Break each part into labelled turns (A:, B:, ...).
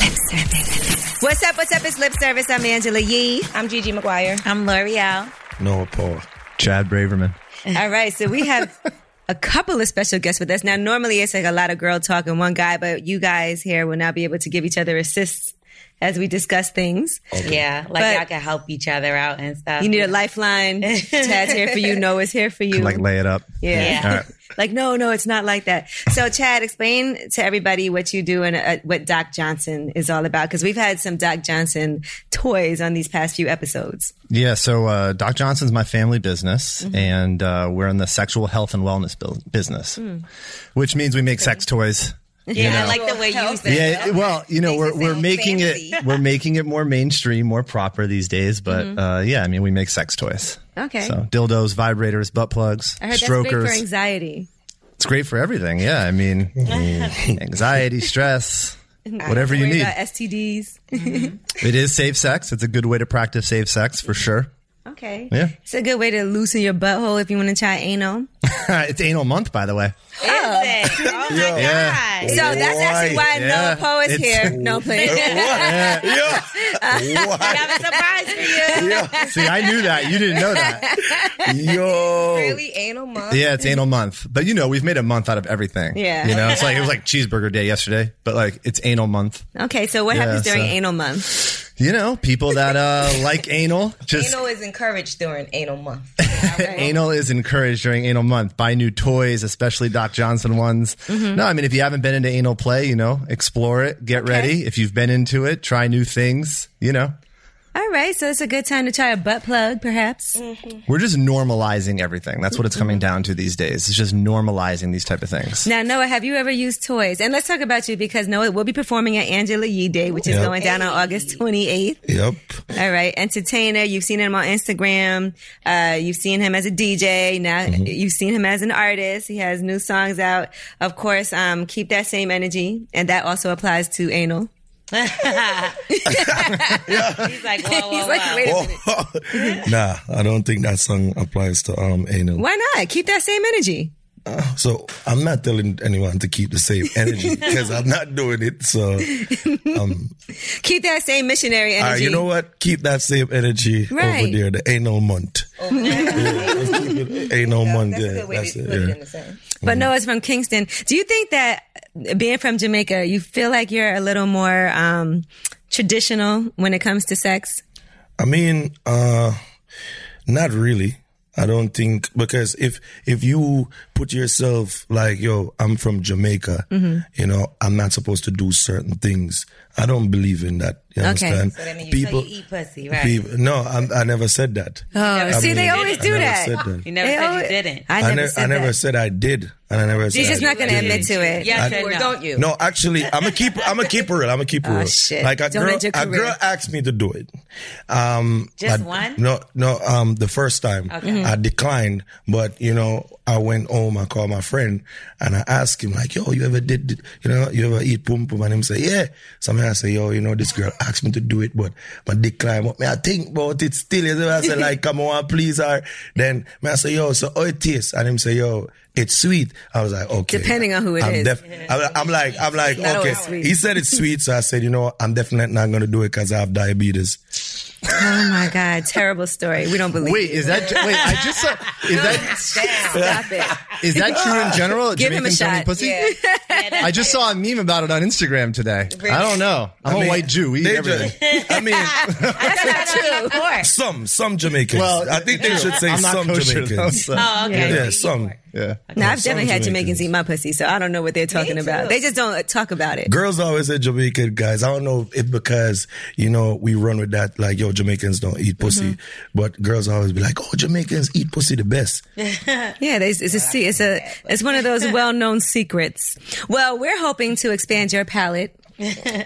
A: Lip service. What's up? What's up? It's lip service. I'm Angela Yee.
B: I'm Gigi McGuire.
C: I'm L'Oreal.
D: Noah Paul. Chad Braverman.
A: All right, so we have a couple of special guests with us. Now, normally it's like a lot of girl talk and one guy, but you guys here will now be able to give each other assists as we discuss things.
D: Oh.
C: Yeah, like
A: But-
C: y'all can help each other out and stuff.
A: You need a lifeline. Chad's here for you. Noah's here for you.
D: Like lay it up.
A: yeah.
C: Yeah.
D: All right.
A: Like, no, no, it's not like that. So, Chad, explain to everybody what you do and uh, what Doc Johnson is all about because we've had some Doc Johnson toys on these past few episodes.
D: Yeah. So uh, Doc Johnson's my family business,
A: Mm-hmm.
D: and uh, we're in the sexual health and wellness bu- business,
A: Hmm.
D: which means we make sex toys.
C: yeah, I like the way you said it.
D: Yeah, it- well, you know,
C: Makes
D: we're
C: it
D: we're
C: sound
D: making it
C: fancy.
D: we're making it more mainstream, more proper these days. But
A: Mm-hmm.
D: uh, yeah, I mean, we make sex toys.
A: Okay.
D: So dildos, vibrators, butt plugs,
A: I heard that's great
D: strokers.
A: for anxiety.
D: it's great for everything. Yeah, I mean, anxiety, stress, whatever you
A: Worry
D: need.
A: about STDs.
D: It is safe sex. It's a good way to practice safe sex for sure.
A: Okay.
D: Yeah.
A: It's a good way to loosen your butthole if you want to try anal.
D: it's anal month, by the way.
C: Is it? Oh my
D: Yeah.
C: god.
A: So that's actually why
D: Yeah.
A: Noah Poe is
D: It's-
A: here. No, please.
D: yeah.
C: I have a surprise for you.
D: See, I knew that. You didn't know that.
B: Oh.
D: Yo.
B: Really anal mom?
D: Yeah, it's anal month. But you know, we've made a month out of everything.
A: Yeah.
D: You know, it's like it was like cheeseburger day yesterday, but like it's anal month.
A: Okay, so what
D: Yeah,
A: happens during
D: so-
A: anal month?
D: You know, people that uh like anal just
B: Anal is encouraged during anal month.
D: Anal is encouraged during anal month. Buy new toys, especially Doc Johnson ones. No, I mean, if you haven't been into anal play, you know, explore it, get ready. If you've been into it, try new things. You know,
A: All right, so it's a good time to try a butt plug, perhaps.
D: we're just normalizing everything. That's what it's coming down to these days. It's just normalizing these type of things.
A: Now, Noah, have you ever used toys? And let's talk about you because Noah will be performing at Angela Yee Day, which is going down on August 28th.
E: Yep.
A: All right, entertainer. You've seen him on Instagram. Uh, you've seen him as a DJ. Now
E: Mm-hmm.
A: you've seen him as an artist. He has new songs out. Of course, um, keep that same energy, and that also applies to anal.
C: He's like, whoa, whoa,
A: He's like,
C: whoa.
A: wait a minute.
E: Oh, nah, I don't think that song applies to um anal.
A: Why not? Keep that same energy.
E: So I'm not telling anyone to keep the same energy because I'm not doing it. So
A: Keep that same missionary
E: all right,
A: energy.
E: you know what? Keep that same energy
A: Right.
E: over there. The anal month. Yeah, let's keep it anal month.
B: That's
E: yeah,
B: a good way
E: that's
B: to
E: it,
B: put it
E: yeah.
B: in the same.
A: But
E: Mm-hmm.
A: Noah's from Kingston. Do you think that uh, being from Jamaica, you feel like you're a little more um, traditional when it comes to sex?
E: I mean, uh, not really. I don't think because if if you put yourself like yo, I'm from Jamaica, you know, I'm not supposed to do certain things. I don't believe in that. You understand?
C: So that means you,
E: people,
C: so you eat pussy, right?
E: people. No, I, I never said that.
A: Oh, see, they always
E: I
A: do
E: never
A: that.
E: said that.
C: You never
A: They
C: said
A: always-
C: you didn't.
A: I
E: I,
A: never
E: ne-
A: said
E: I never
A: that.
E: said I did. I and I never.
B: She's
E: said
B: just
E: I
B: not going to
E: didn't.
B: admit to it.
C: Yes
B: or
C: or no?
B: don't you? Oh,
E: No, actually, I'm a keep. I'm a keep it real. I'm a keep it real.
B: shit.
E: Like a
B: Don't
E: girl,
B: end your
E: a
B: career.
E: girl asked me to do it. Um,
C: Just
E: I-
C: one?
E: No, no. Um, the first time
A: Mm-hmm.
E: I declined, but you know, I went home. I called my friend and I asked him like, "Yo, you ever did? did- You know, you ever eat pum pum?" And him say, "Yeah." Sometimes I say, "Yo, you know, this girl asked me to do it, but but declined. But me, I think about it still. You know, I say like, "Come on, please her." Then me, I say, "Yo, so how it taste?" And him say, "Yo." It's sweet. I was like, okay.
A: Depending on who it
E: it
A: is.
E: is. I'm, I'm like, I'm like,
A: Not
E: okay.
A: always sweet.
E: He said it's sweet, so I said, you know, what? I'm definitely not gonna do it because I have diabetes.
A: Oh my God, terrible story. We don't believe
D: Wait,
A: you.
D: is that wait? I just saw, is that
A: Stop it.
D: is that true in general?
A: Give him a
D: Jamaicans don't eat
A: shot.
D: Pussy? I just saw a meme about it on Instagram today. I don't know. I'm
E: I mean,
D: a white Jew. We eat
E: they
D: everything.
E: just- I mean,
C: That's not true.
E: some some Jamaicans.
D: Well,
E: I think they
D: true.
E: should say
D: I'm not
E: some
D: kosher, though,
E: Jamaicans.
D: so-
C: Oh, okay.
E: Yeah, some
D: Yeah.
A: No, I've
E: Some
A: definitely had Jamaicans
E: Jamaicans.
A: eat my pussy, so I don't know what they're talking about. They just don't uh, talk about it.
E: girls always say Jamaican guys. I don't know if because you know we run with that like yo Jamaicans don't eat pussy, but girls always be like, oh Jamaicans eat pussy the best.
A: Mm-hmm. Yeah, they, it's a se- it's a it's one of those well known secrets. Well, we're hoping to expand your palate.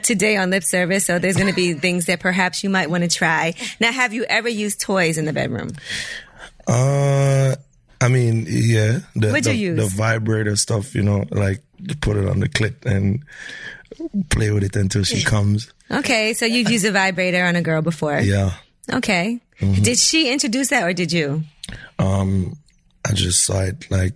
A: today on lip service so there's going to be things that perhaps you might want to try now have you ever used toys in the bedroom
E: Uh, I mean, yeah. The,
A: What'd
E: the,
A: you
E: the
A: use?
E: vibrator stuff, you know, like you put it on the clit and play with it until she comes.
A: okay so you've used a vibrator on a girl before
E: Yeah. Mm-hmm.
A: okay did she introduce that or did you
E: Um, I just saw it like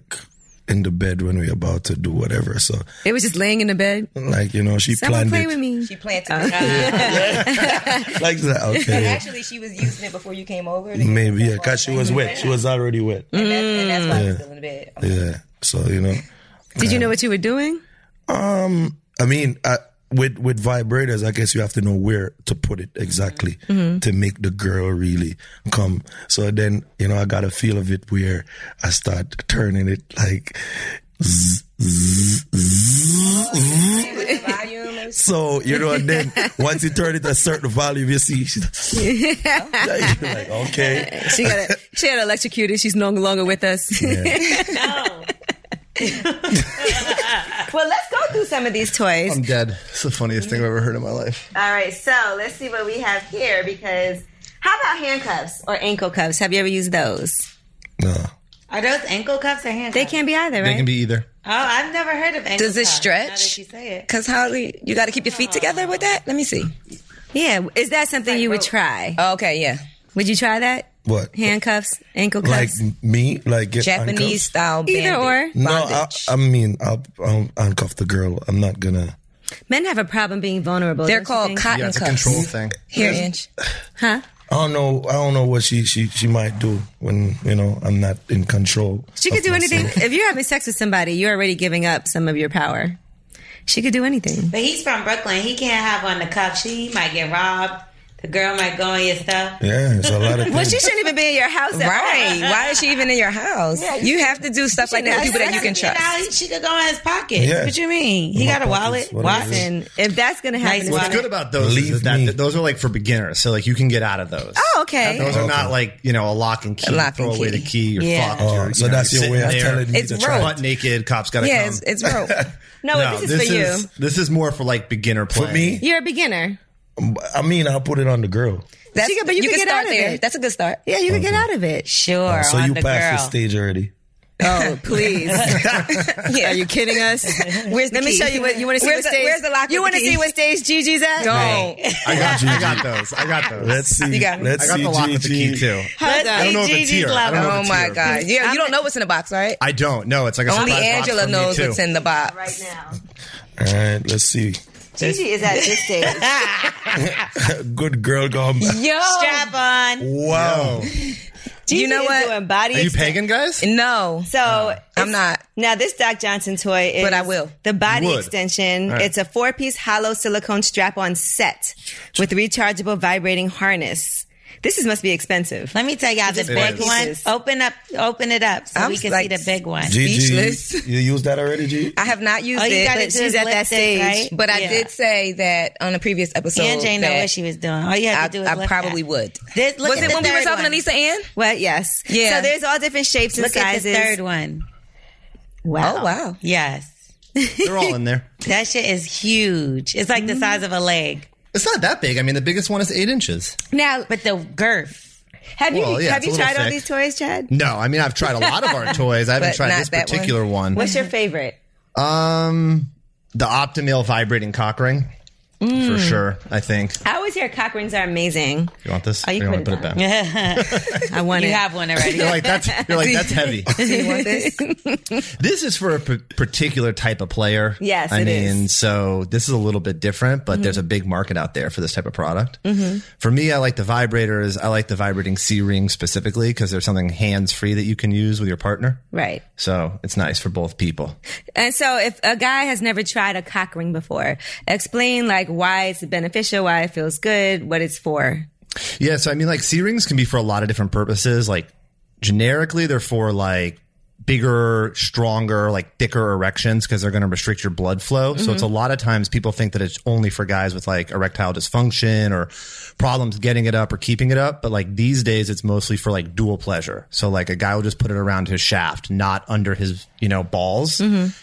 E: in the bed when we were about to do whatever. So,
A: it was just laying in the bed
E: like you know, she
A: someone
E: Mm, planned
A: play
E: it.
A: with me
B: She planted
C: Oh,
B: it.
E: Like that, okay.
B: Actually, she was using it before you came over.
E: Maybe yeah, cause she was wet. She was already wet.
F: Mm-hmm.
B: And that's, and that's why I'm still in the bed.
E: Yeah. So you know.
A: did you know what you were doing
E: Um, I mean, I, with with vibrators, I guess you have to know where to put it exactly to make the girl really come. So then, you know, I got a feel of it where I start turning it like. zzz, zzz, zzz, zzz.
B: Volume and
E: So you know, and then once you turn it a certain volume, you see, she's like, okay,
A: she got a, she got electrocuted she's no longer with us
C: No.
A: well let's go through some of these toys
D: I'm dead. It's the funniest thing I've ever heard in my life.
A: All right, so let's see what we have here because how about handcuffs or ankle cuffs? Have you ever used those?
E: no,
C: Are those ankle cuffs or handcuffs?
A: They can be either,
D: They
A: right?
D: can be either.
C: Oh, I've never heard of ankle
F: Does it
C: cuffs,
F: stretch?
C: Now that you say it.
F: Because how do you, you got to keep your feet together with that? Let me see.
A: yeah, is that something you would try?
F: Oh, okay, yeah.
A: Would you try that?
E: what?
A: Handcuffs, ankle
E: Like
A: cuffs,
E: me, like get
F: Japanese
E: handcuffed?
D: Oh,
F: style bandit.
A: either or.
E: No, I,
F: bondage.
E: I mean, I'll, I'll uncuff the girl. I'm not gonna.
A: Men have a problem being vulnerable.
F: They're
A: don't you think?
F: called Oh, cotton
D: Yeah, it's a
F: cuffs.
D: control thing.
F: Here, Inch.
E: I don't know. I don't know what she she she might do when you know I'm not in control.
A: She could
E: of
A: do anything.
E: myself.
A: If you're having sex with somebody, you're already giving up some of your power. She could do anything.
C: But he's from Brooklyn. He can't have on the cuff. She might get robbed. The girl might go on your stuff.
E: Yeah, it's a lot of
A: Well,
E: things.
A: she shouldn't even be in your house. at all.
F: Right. Why is she even in your house? you have to do stuff like that with people that you can
C: You know,
F: trust.
C: he- she could go in his pocket.
E: Yeah.
C: What you mean? He got a wallet.
E: pockets, whatever it
C: Watson.
A: And if that's going to happen,
C: Nice
A: it's
C: one.
D: What's
A: gonna-
D: good about those
E: Leave
D: is that,
E: me.
D: that those are like for beginners, so like you can get out of those.
A: Oh, okay.
D: Those are not like you know a lock and key.
F: A lock
D: throw
F: and
D: away
F: key.
D: the key. You're
C: Yeah.
D: fucked.
E: Oh,
D: You're, you
E: so
D: know,
E: that's
D: you're
E: your way of
D: sitting there,
E: telling me It's to try rope. it.
D: butt naked. Cops gotta
F: Yeah,
D: come.
A: Um,
F: it's, it's rope.
A: no,
D: no,
A: this is for you.
D: This is more for like beginner play.
E: for me. um,
A: You're a beginner.
E: I mean, I'll put it on the girl.
F: That's,
A: She can- but you can get
F: start
A: out of
F: there.
A: it.
F: That's a good start.
A: Yeah, you could get
D: Mm-hmm.
A: out of it.
C: Sure.
E: so
C: on
E: you
C: the
E: passed the
C: girl.
E: stage already.
A: Oh, please.
F: Yeah.
A: Are you kidding us?
F: Where's the
A: Let me
F: key?
A: show you what you want to see. what
F: Where's the-
A: stage,
F: where's the lock
A: You
F: with
A: want to
F: the
A: see
F: key?
A: what stage Gigi's at?
F: Don't.
D: I got, I got those. I got those.
E: Let's see.
F: You got me.
E: Let's
D: I got
E: see.
D: the lock with the key
E: GG.
D: too.
A: Hold Mm-hmm.
D: I don't
A: on.
D: know if it's
C: GG's
D: here. I don't know if
F: Oh
D: it's
F: my
D: here.
F: God. Yeah, you don't know what's in the box, right?
D: I don't know. It's like a
F: Only
D: surprise box
F: Angela
D: for me,
F: knows
D: too.
F: what's in the box.
E: All right, let's see.
A: Gigi is at this stage.
E: Good girl gone. back.
F: Yo.
C: Strap on.
E: Wow.
A: Gigi
F: You know
A: is
F: what?
A: doing body
D: Are you
A: exten-
D: pagan guys?
F: No.
A: So
F: I'm
A: it's-
F: not.
A: Now this Doc Johnson toy is
F: But I will.
A: the body
D: You would.
A: extension.
D: All right.
A: It's a four-piece hollow silicone strap-on set with rechargeable vibrating harness. This is, must be expensive.
C: Let me tell y'all the
D: It
C: big
D: is.
C: one. Open up, open it up so
F: I'm
C: we can
F: like-
C: see the big one.
E: GG.
F: Speechless.
E: You, you used that already, G?
F: I have not used
G: Oh,
C: All you
F: it.
C: gotta
F: but
C: do
F: she's
C: is
F: at
C: lift
F: that
C: this,
F: stage.
C: right?
F: But I
C: Yeah.
F: did say that on a previous episode.
C: and Jane know
F: that
C: what she was doing. All you have to do is
F: I, I
C: look
F: probably
C: at.
F: would.
C: This, look
F: was
C: at
F: it
C: the
F: when we were
C: third
F: talking
C: one.
F: to Lisa Ann?
A: Well, yes.
F: Yeah.
A: So there's all different shapes and
C: Look at the
A: sizes.
C: third one.
A: Wow.
G: Oh wow.
F: Yes.
D: They're all in there.
F: That shit is huge. It's like the size of a leg,
D: It's not that big. I mean, the biggest one is eight inches.
G: Now,
F: but the girth.
G: have you
D: Well, yeah,
G: have
D: it's a
G: you
D: little
G: tried all
D: thick.
G: these toys, Chad?
D: No, I mean, I've tried a lot of our toys. I haven't
G: But
D: tried
G: not
D: this
G: that one?
D: particular one.
G: What's your favorite?
D: Um, the Optimale vibrating cock ring. For sure, I think.
A: I always hear cock rings are amazing.
D: You want this?
A: Oh, you
D: Or
A: put
D: wanna
A: it
D: put it back.
A: I want
F: You
A: it.
F: have one already.
D: You're like that's. You're like that's heavy.
G: Do you want this?
D: This is for a p- particular type of player.
A: Yes,
D: I
A: it Mm-hmm.
D: mean, so this is a little bit different, but there's a big market out there for this type of product. For me, I like the vibrators. I like the vibrating C ring specifically because there's something hands free that you can use with your partner.
G: right.
D: So it's nice for both people.
G: And so, if a guy has never tried a cock ring before, explain like why it's beneficial, why it feels good, what it's for.
D: Yeah, so I mean, like C rings can be for a lot of different purposes. Like generically, they're for like bigger, stronger, like thicker erections because they're going to restrict your blood flow. So it's a lot of times people think that it's only for guys with like erectile dysfunction or problems getting it up or keeping it up. But like these days, it's mostly for like dual pleasure. So like a guy will just put it around his shaft, not under his you know balls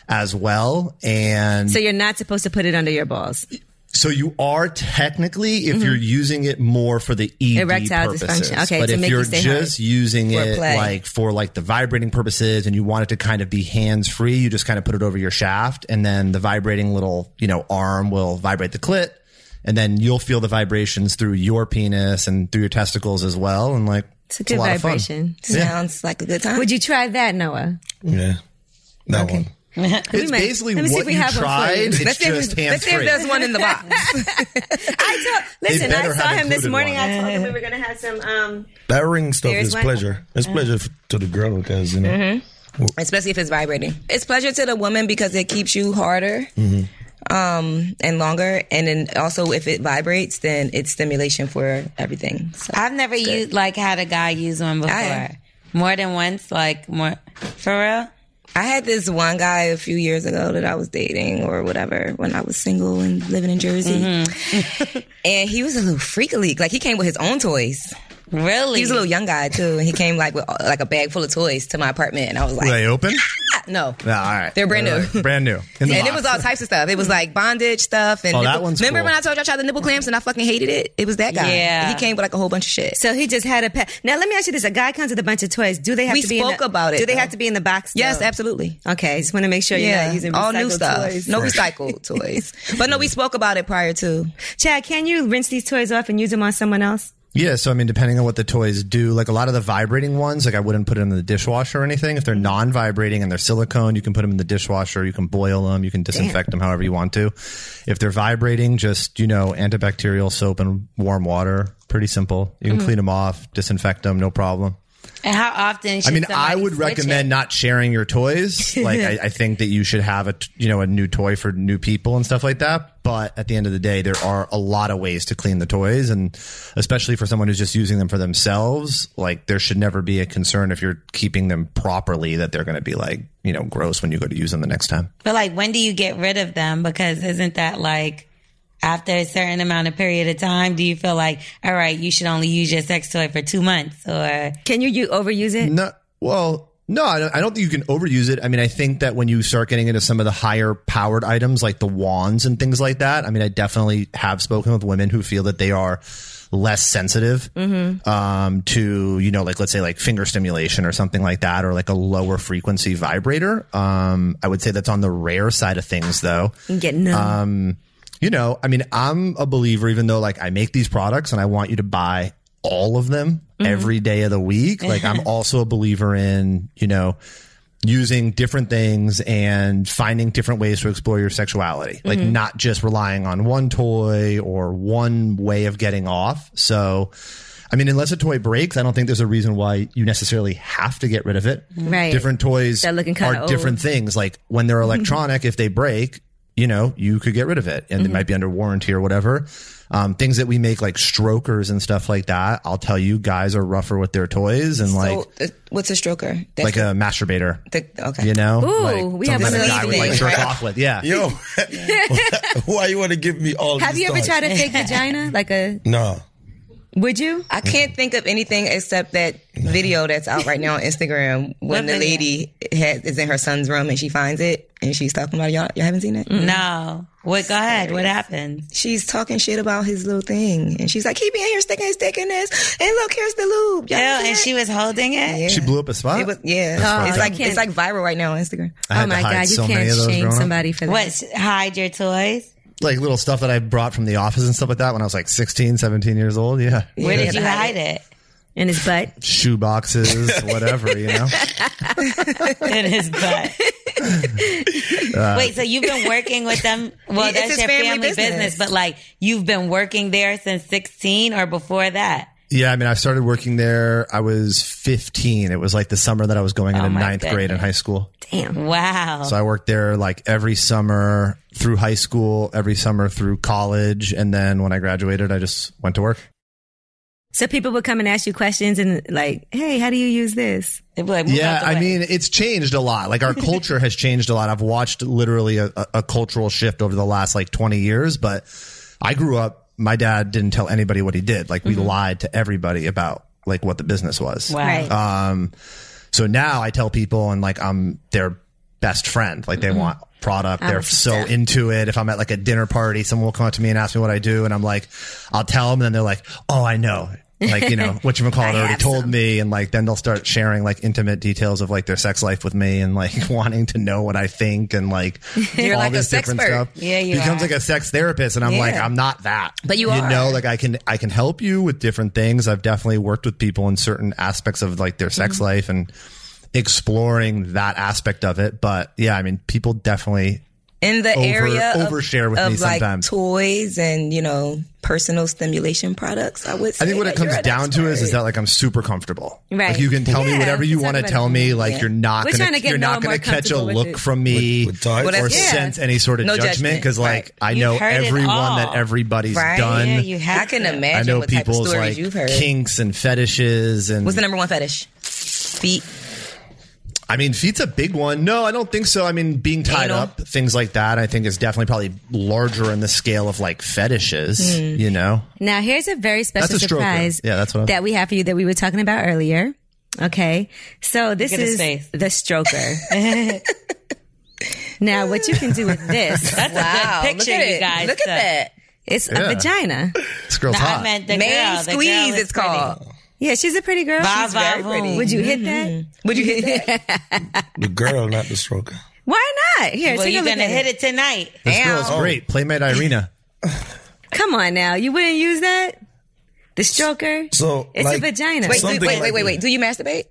D: as well. And
G: So you're not supposed to put it under your balls.
D: so you are technically, if you're using it more for the ED
G: Mm-hmm. Erectile
D: purposes,
G: dysfunction. Okay,
D: but
G: to
D: if
G: make you
D: you're
G: stay
D: just using
G: For
D: it
G: play.
D: like for like the vibrating purposes, and you want it to kind of be hands free, you just kind of put it over your shaft, and then the vibrating little you know arm will vibrate the clit, and then you'll feel the vibrations through your penis and through your testicles as well, and like
G: It's a good
D: lot of fun.
G: vibration.
H: Sounds like a good time.
G: Would you try that, Noah?
E: Yeah. That one.
D: It's
G: might-
D: basically
G: let me see if
D: what
G: we
D: you
G: have one for you.
D: tried. It's
G: Let's see if-
D: just hands
G: let's see if
D: free.
G: there's one in the box. I told, listen, I
D: better
G: saw
D: have
G: him this
D: included
G: morning.
D: one.
G: I told him we were going to have some. Um,
E: That ring stuff
G: There's
E: is
G: one.
E: pleasure. It's pleasure f- to the girl because, you know.
G: especially if it's vibrating. It's pleasure to the woman because it keeps you harder
D: Mm-hmm.
G: um, and longer. And then also, if it vibrates, then it's stimulation for everything. So.
F: I've never used like had a guy use one before.
G: I have.
F: More than once, like more for real.
G: I had this one guy a few years ago that I was dating or whatever when I was single and living in Jersey.
F: Mm-hmm.
G: and he was a little freak leak. Like he came with his own toys.
F: Really?
G: He was a little young guy too, and he came like with uh, like a bag full of toys to my apartment, and I was like,
D: Were they open?
G: "Ah, no.
D: No, oh. all right,
G: They're brand new.
D: like, brand new. In the
G: and it
D: box.
G: was all types of stuff. It was like bondage stuff. And
D: Oh, that
G: nipple-
D: one's
G: remember
D: cool.
G: when I told you I tried the nipple clamps and I fucking hated it? It was that guy.
F: Yeah.
G: he came with like a whole bunch of shit.
A: So he just had a pet. Now let me ask you this: A guy comes with a bunch of toys. Do they have
G: We
A: to be? in
G: spoke
A: the-
G: about it,
A: Do they
G: though.
A: have to be in the box?
G: yes,
A: though?
G: absolutely.
A: Okay, I just want to make sure you're not using
G: all new
A: recycled
G: stuff.
A: toys.
G: No recycled toys. But no, we spoke about it prior to.
A: Chad, can you rinse these toys off and use them on someone else?
D: Yeah, so I mean, depending on what the toys do, like a lot of the vibrating ones, like I wouldn't put them in the dishwasher or anything. If they're non-vibrating and they're silicone, you can put them in the dishwasher. You can boil them. You can disinfect them however you want to. If they're vibrating, just you know, antibacterial soap and warm water. Pretty simple. You can clean them off, disinfect them, no problem.
F: And how often?
D: I
F: should
D: mean, I
F: somebody
D: would
F: switch
D: recommend
F: It?
D: not sharing your toys. Like, I, I think that you should have a t- you know a new toy for new people and stuff like that. But at the end of the day, there are a lot of ways to clean the toys, and especially for someone who's just using them for themselves, like there should never be a concern if you're keeping them properly that they're going to be like you know gross when you go to use them the next time.
F: But like, when do you get rid of them? Because isn't that like after a certain amount of period of time? Do you feel like, all right, you should only use your sex toy for two months, or
A: Can you, you overuse it?
D: No, well, no, I don't, I don't think you can overuse it. I mean, I think that when you start getting into some of the higher powered items like the wands and things like that, I mean, I definitely have spoken with women who feel that they are less sensitive um, to, you know, like let's say like finger stimulation or something like that, or like a lower frequency vibrator. Um, I would say that's on the rare side of things, though
A: Get no.
D: you know, I mean, I'm a believer, even though like I make these products and I want you to buy all of them
A: Mm-hmm.
D: every day of the week. Like I'm also a believer in, you know, using different things and finding different ways to explore your sexuality, like
A: Mm-hmm.
D: not just relying on one toy or one way of getting off. So, I mean, unless a toy breaks, I don't think there's a reason why you necessarily have to get rid of it.
A: Right.
D: Different toys
A: They're looking kinda
D: are different
A: old.
D: things. Like when they're
A: Mm-hmm.
D: electronic, if they break, you know, you could get rid of it
A: Mm-hmm.
D: and it might be under warranty or whatever. Um, things that we make like strokers and stuff like that. I'll tell you guys are rougher with their toys and like,
G: so, uh, what's a stroker? That's
D: like a masturbator,
G: the, okay.
D: you know,
A: Ooh,
D: like
A: we have
D: something
G: a
D: that guy
G: sleeve
D: would like
G: thing,
D: jerk
G: right?
D: off with. Yeah.
E: Yo, why you want to give me all
A: have
E: these
A: you ever
E: thoughts?
A: tried a fake vagina? Like a
E: No.
F: Would you?
G: I can't think of anything except that video that's out right now on Instagram when the lady has, is in her son's room and she finds it and she's talking about it. y'all. Y'all haven't seen it?
F: No. What? Go ahead. What happened?
G: She's talking shit about his little thing and she's like, "He be in here sticking his dick in this, and look, here's the lube."
F: Ew,
G: Y'all
F: and
G: see
F: she was holding it.
G: it?
D: She blew up a spot.
G: It was yeah.
D: fucked
G: it's
D: up.
G: like it's like viral right now on Instagram.
D: I had
A: oh
D: to
A: my
D: hide
A: God, you
D: so many
A: can't
D: of those
A: shame
D: growing up.
A: somebody for that.
F: What? sh- Hide your toys.
D: Like little stuff that I brought from the office and stuff like that when I was like 16, 17 years old. Yeah.
F: Where
G: Yeah,
F: did you hide
G: hide
F: it?
A: In his butt.
D: Shoe boxes, whatever, you know?
F: In his butt. Wait, so you've been working with them? Well,
G: It's
F: that's
G: his
F: your
G: family
F: family, business.
G: business.
F: but like you've been working there since 16 or before that.
D: Yeah, I mean, I started working there. I was 15. It was like the summer that I was going into
F: Oh my
D: ninth grade in
F: goodness.
D: high school.
A: Damn.
F: Wow.
A: Uh-huh.
D: So I worked there like every summer through high school, every summer through college. And then when I graduated, I just went to work.
A: So people would come and ask you questions and like, hey, how do you use this?
F: They'd be like, move
D: Yeah,
F: out the
D: I
F: way.
D: mean, it's changed a lot. Like our culture has changed a lot. I've watched literally a, a, a cultural shift over the last like 20 years, but I grew up, my dad didn't tell anybody what he did. Like we
A: Mm-hmm.
D: lied to everybody about like what the business was.
F: Wow.
A: Right.
D: Um, so now I tell people and like I'm their best friend. Like
G: Mm-hmm.
D: they want product. They're so into it. If I'm at like a dinner party, someone will come up to me and ask me what I do, and I'm like, I'll tell them, and then they're like, Oh, I know. Like you know what you call it already told me, and like then they'll start sharing like intimate details of like their sex life with me, and like wanting to know what I think, and like
G: You're
D: all
G: like a
D: this different
G: sexpert.
D: stuff.
F: Yeah, you
D: becomes
F: are.
D: like a sex therapist, and I'm like, I'm not that, but you are. You know, like I can I can help you with different things. I've definitely worked with people in certain aspects of like their
A: Mm-hmm.
D: sex life and exploring that aspect of it. But yeah, I mean, people definitely
G: in the
D: Over-
G: area of,
D: overshare with
G: of
D: me
G: like
D: sometimes.
G: toys and you know personal stimulation products. I would. Say
D: I think what it
G: that you're
D: comes
G: an
D: down to is
G: expert.
D: is that like I'm super comfortable.
A: Right.
D: Like you can tell me
A: Yeah,
D: whatever you
A: it's
D: want to
A: not
D: tell
A: about-
D: me. Like you're not
A: We're
D: gonna
A: trying to get
D: you're
A: more
D: not
A: and
D: gonna
A: more
D: catch a
A: comfortable with
D: look
A: it.
D: from me
E: With- with toys? Well,
D: or
G: that's- yeah.
D: sense any sort of
G: No
D: judgment
G: judgment,
D: because like I know
F: You've heard it
D: everyone
F: all.
D: that everybody's
G: Right?
D: done.
F: Yeah, you have
G: I can
F: to.
G: imagine
D: I know
G: what type of
D: people's
G: stories
D: like
G: you've heard.
D: kinks and fetishes and
G: What's the number one fetish? Feet.
D: I mean, feet's a big one. No, I don't think so. I mean, being tied
G: Anal.
D: up, things like that, I think is definitely probably larger in the scale of like fetishes,
G: Hmm.
D: you know?
A: Now here's a very special
D: That's a stroke, yeah.
A: surprise
D: Yeah, that's what I'm-
A: that we have for you that we were talking about earlier. Okay. So this
F: Look at his
A: is
F: face.
A: the stroker. now what you can do with this,
F: that's a good picture,
G: look at
F: you
G: it.
F: guys.
G: Look at that.
A: it's
D: Yeah.
A: a vagina.
D: This girl's
F: No, I
D: hot.
F: meant the
G: Main
F: girl. The girl
G: squeeze.
F: is
G: It's called.
A: Yeah, she's a pretty girl.
F: Ba,
A: She's
F: ba,
A: very
F: boom.
A: pretty. Would you hit that?
G: Would Mm-hmm. you hit that?
E: The girl, not the stroker.
A: Why not? Here,
F: Well,
A: take
F: you're
A: a look
F: gonna
A: at
F: hit it tonight.
D: this girl's
E: Ow.
D: great. Playmate Irina.
A: Come on now. You wouldn't use that? The stroker?
E: So
A: It's a
E: like,
A: vagina.
G: Wait,
E: Something
G: wait, wait,
E: like
G: wait, wait,
E: that.
G: wait. Do you masturbate?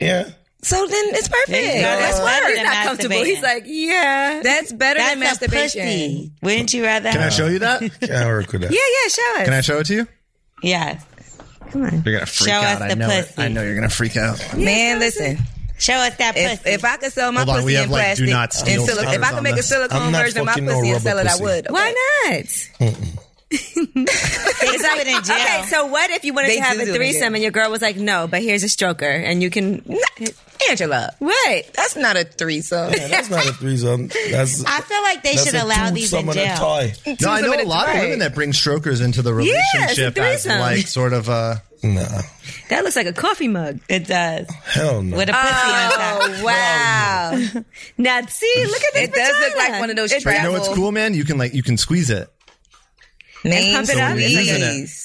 E: Yeah.
G: So then it's perfect.
F: There you go.
G: That's
F: That's
G: better.
F: better
G: He's
F: than
G: not comfortable.
F: masturbating.
G: He's like,
A: Like, yeah.
G: that's better than
F: That's a
G: masturbation.
F: pussy. Wouldn't you rather?
D: Can I show you that?
E: Can't work with that.
A: Yeah, yeah, show us.
D: Can I show it to you?
F: Yes.
A: Come on.
D: You're gonna freak
F: Show
D: out.
F: us
D: I
F: the
D: know it.
F: pussy.
D: I know you're gonna freak out.
G: Man, listen.
F: Show us that
G: If,
F: pussy.
G: if I could sell my
D: Hold on, we
G: pussy
D: have,
G: in
D: like, do
G: plastic,
D: not steal
G: and sili- if I
D: stickers
G: could
D: on
G: make a
D: this.
G: silicone
E: I'm not
G: version of my
E: fucking
G: pussy
E: no
G: and
E: rubber
G: sell it, I
E: pussy.
G: would.
A: Why
G: Okay.
A: not?
F: they do it in jail.
A: Okay, so what if you wanted
G: They
A: to have
G: do
A: a
G: do it,
A: threesome
G: yeah.
A: and your girl was like, no, but here's a stroker and you can.
G: Angela,
A: What?
G: that's not a threesome.
E: Yeah, that's not a threesome. That's
F: I feel like they
E: that's
F: should
E: a
F: allow
E: two
F: these in
E: summoner
F: jail.
E: toy.
D: No, I know a
G: minutes,
D: lot of
G: right.
D: women that bring strokers into the
A: Yeah, it's a
D: relationship as
A: threesome.
D: like sort of uh, a
E: Nah,
A: That looks like a coffee mug.
F: It does.
E: hell no.
F: With a pussy
A: Oh,
F: on top.
G: wow.
A: Now, see, look at this.
G: It does look
A: vagina.
G: like one of those
A: It
D: But you
G: travel-
D: know what's cool, man? You can like you can squeeze it.
G: Main
A: pump it up?
G: squeeze.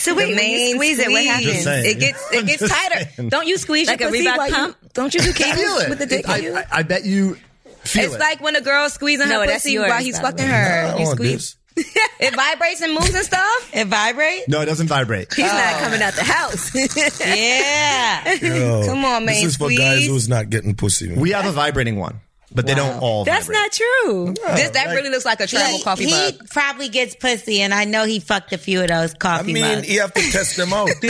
A: So wait, when
G: The
A: you
G: main
A: squeeze it, what
G: squeeze.
A: happens?
D: Just saying.
G: It gets it gets
D: Just
G: tighter.
D: saying.
G: Don't you squeeze
A: Like
G: your
A: a
G: pussy
A: Reebok
G: while you-
A: pump?
G: don't you do
D: Feel
G: kegels
D: it.
G: with the dick?
D: I,
G: in you?
D: I, I bet you feel
G: it's
D: it.
G: like when a girl's squeezing
A: No,
G: her
A: that's
G: pussy
A: yours,
G: while he's
A: by the
G: fucking
A: way.
G: her.
E: I
G: You
E: want
G: squeeze.
E: this.
G: It vibrates and moves and stuff. Oh.
F: It vibrates?
D: no, it doesn't vibrate.
A: He's not coming out the house.
F: Yeah.
E: Yo,
G: Come on,
E: This
G: man,
E: is for guys
G: squeeze.
E: who's not getting pussy. Man.
D: We have a vibrating one, but they don't all.
A: That's
D: vibrate.
A: not true.
G: This that really looks like a travel
F: He-
G: coffee
F: he
G: mug.
F: probably gets pussy, and I know he fucked a few of those
E: I
F: coffee
E: mean,
F: mugs.
E: you have to test them out.
A: Okay,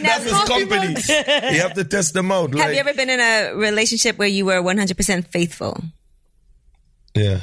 A: now
E: That's his company. You have to test them out.
A: Have
E: like-
A: you ever been in a relationship where you were 100% faithful?
E: Yeah.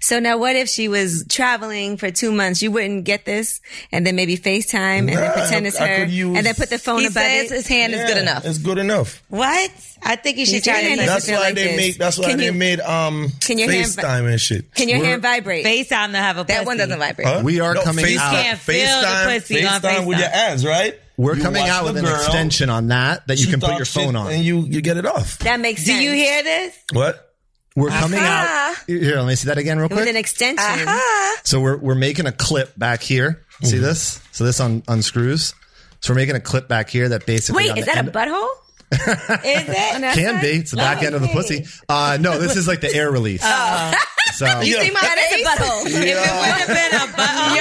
G: So now, what if she was traveling for two months? You wouldn't get this, and then maybe FaceTime, and then
E: Nah,
G: pretend
E: I-
G: it's
E: I
G: her,
E: could use-
G: and then put the phone
F: He
G: above
F: says
G: it.
F: his hand is good
E: Yeah,
F: enough.
E: It's good enough.
C: What? I think you should try to
G: your hand
E: That's
G: feel
E: why
G: like
E: they
G: this.
E: make. That's why
G: Can
E: they
G: you-
E: made um
G: Can your hand-
E: FaceTime and shit.
G: Can your
E: Where-
G: hand vibrate?
C: FaceTime to have a pussy.
F: That one doesn't vibrate.
E: Huh?
D: We are coming
E: FaceTime,
D: out. You
C: can't feel the
E: FaceTime,
C: pussy on
E: FaceTime with your
C: FaceTime.
E: ass, right?
D: We're
E: You
D: coming
E: watch
D: out
E: the
D: with an
E: girl,
D: extension on that that you
E: she
D: can put
E: talk
D: your
E: shit,
D: phone on.
E: and you you get it off.
G: That makes
C: Do
G: sense.
C: you hear this?
E: What?
D: We're coming out. Here, let me see that again real
G: It was
D: quick.
G: an extension.
C: Ah,
D: So we're we're making a clip back here. See
E: Mm-hmm.
D: this? So this un- unscrews. So we're making a clip back here that basically.
G: Wait,
D: on
G: is
D: the
G: that a
D: end-
G: butthole?
C: Is it?
D: Can be. It's the back end of the pussy. Uh, no, this is like the air release.
G: Oh.
F: See
D: So
F: my face?
C: If it would have been a button,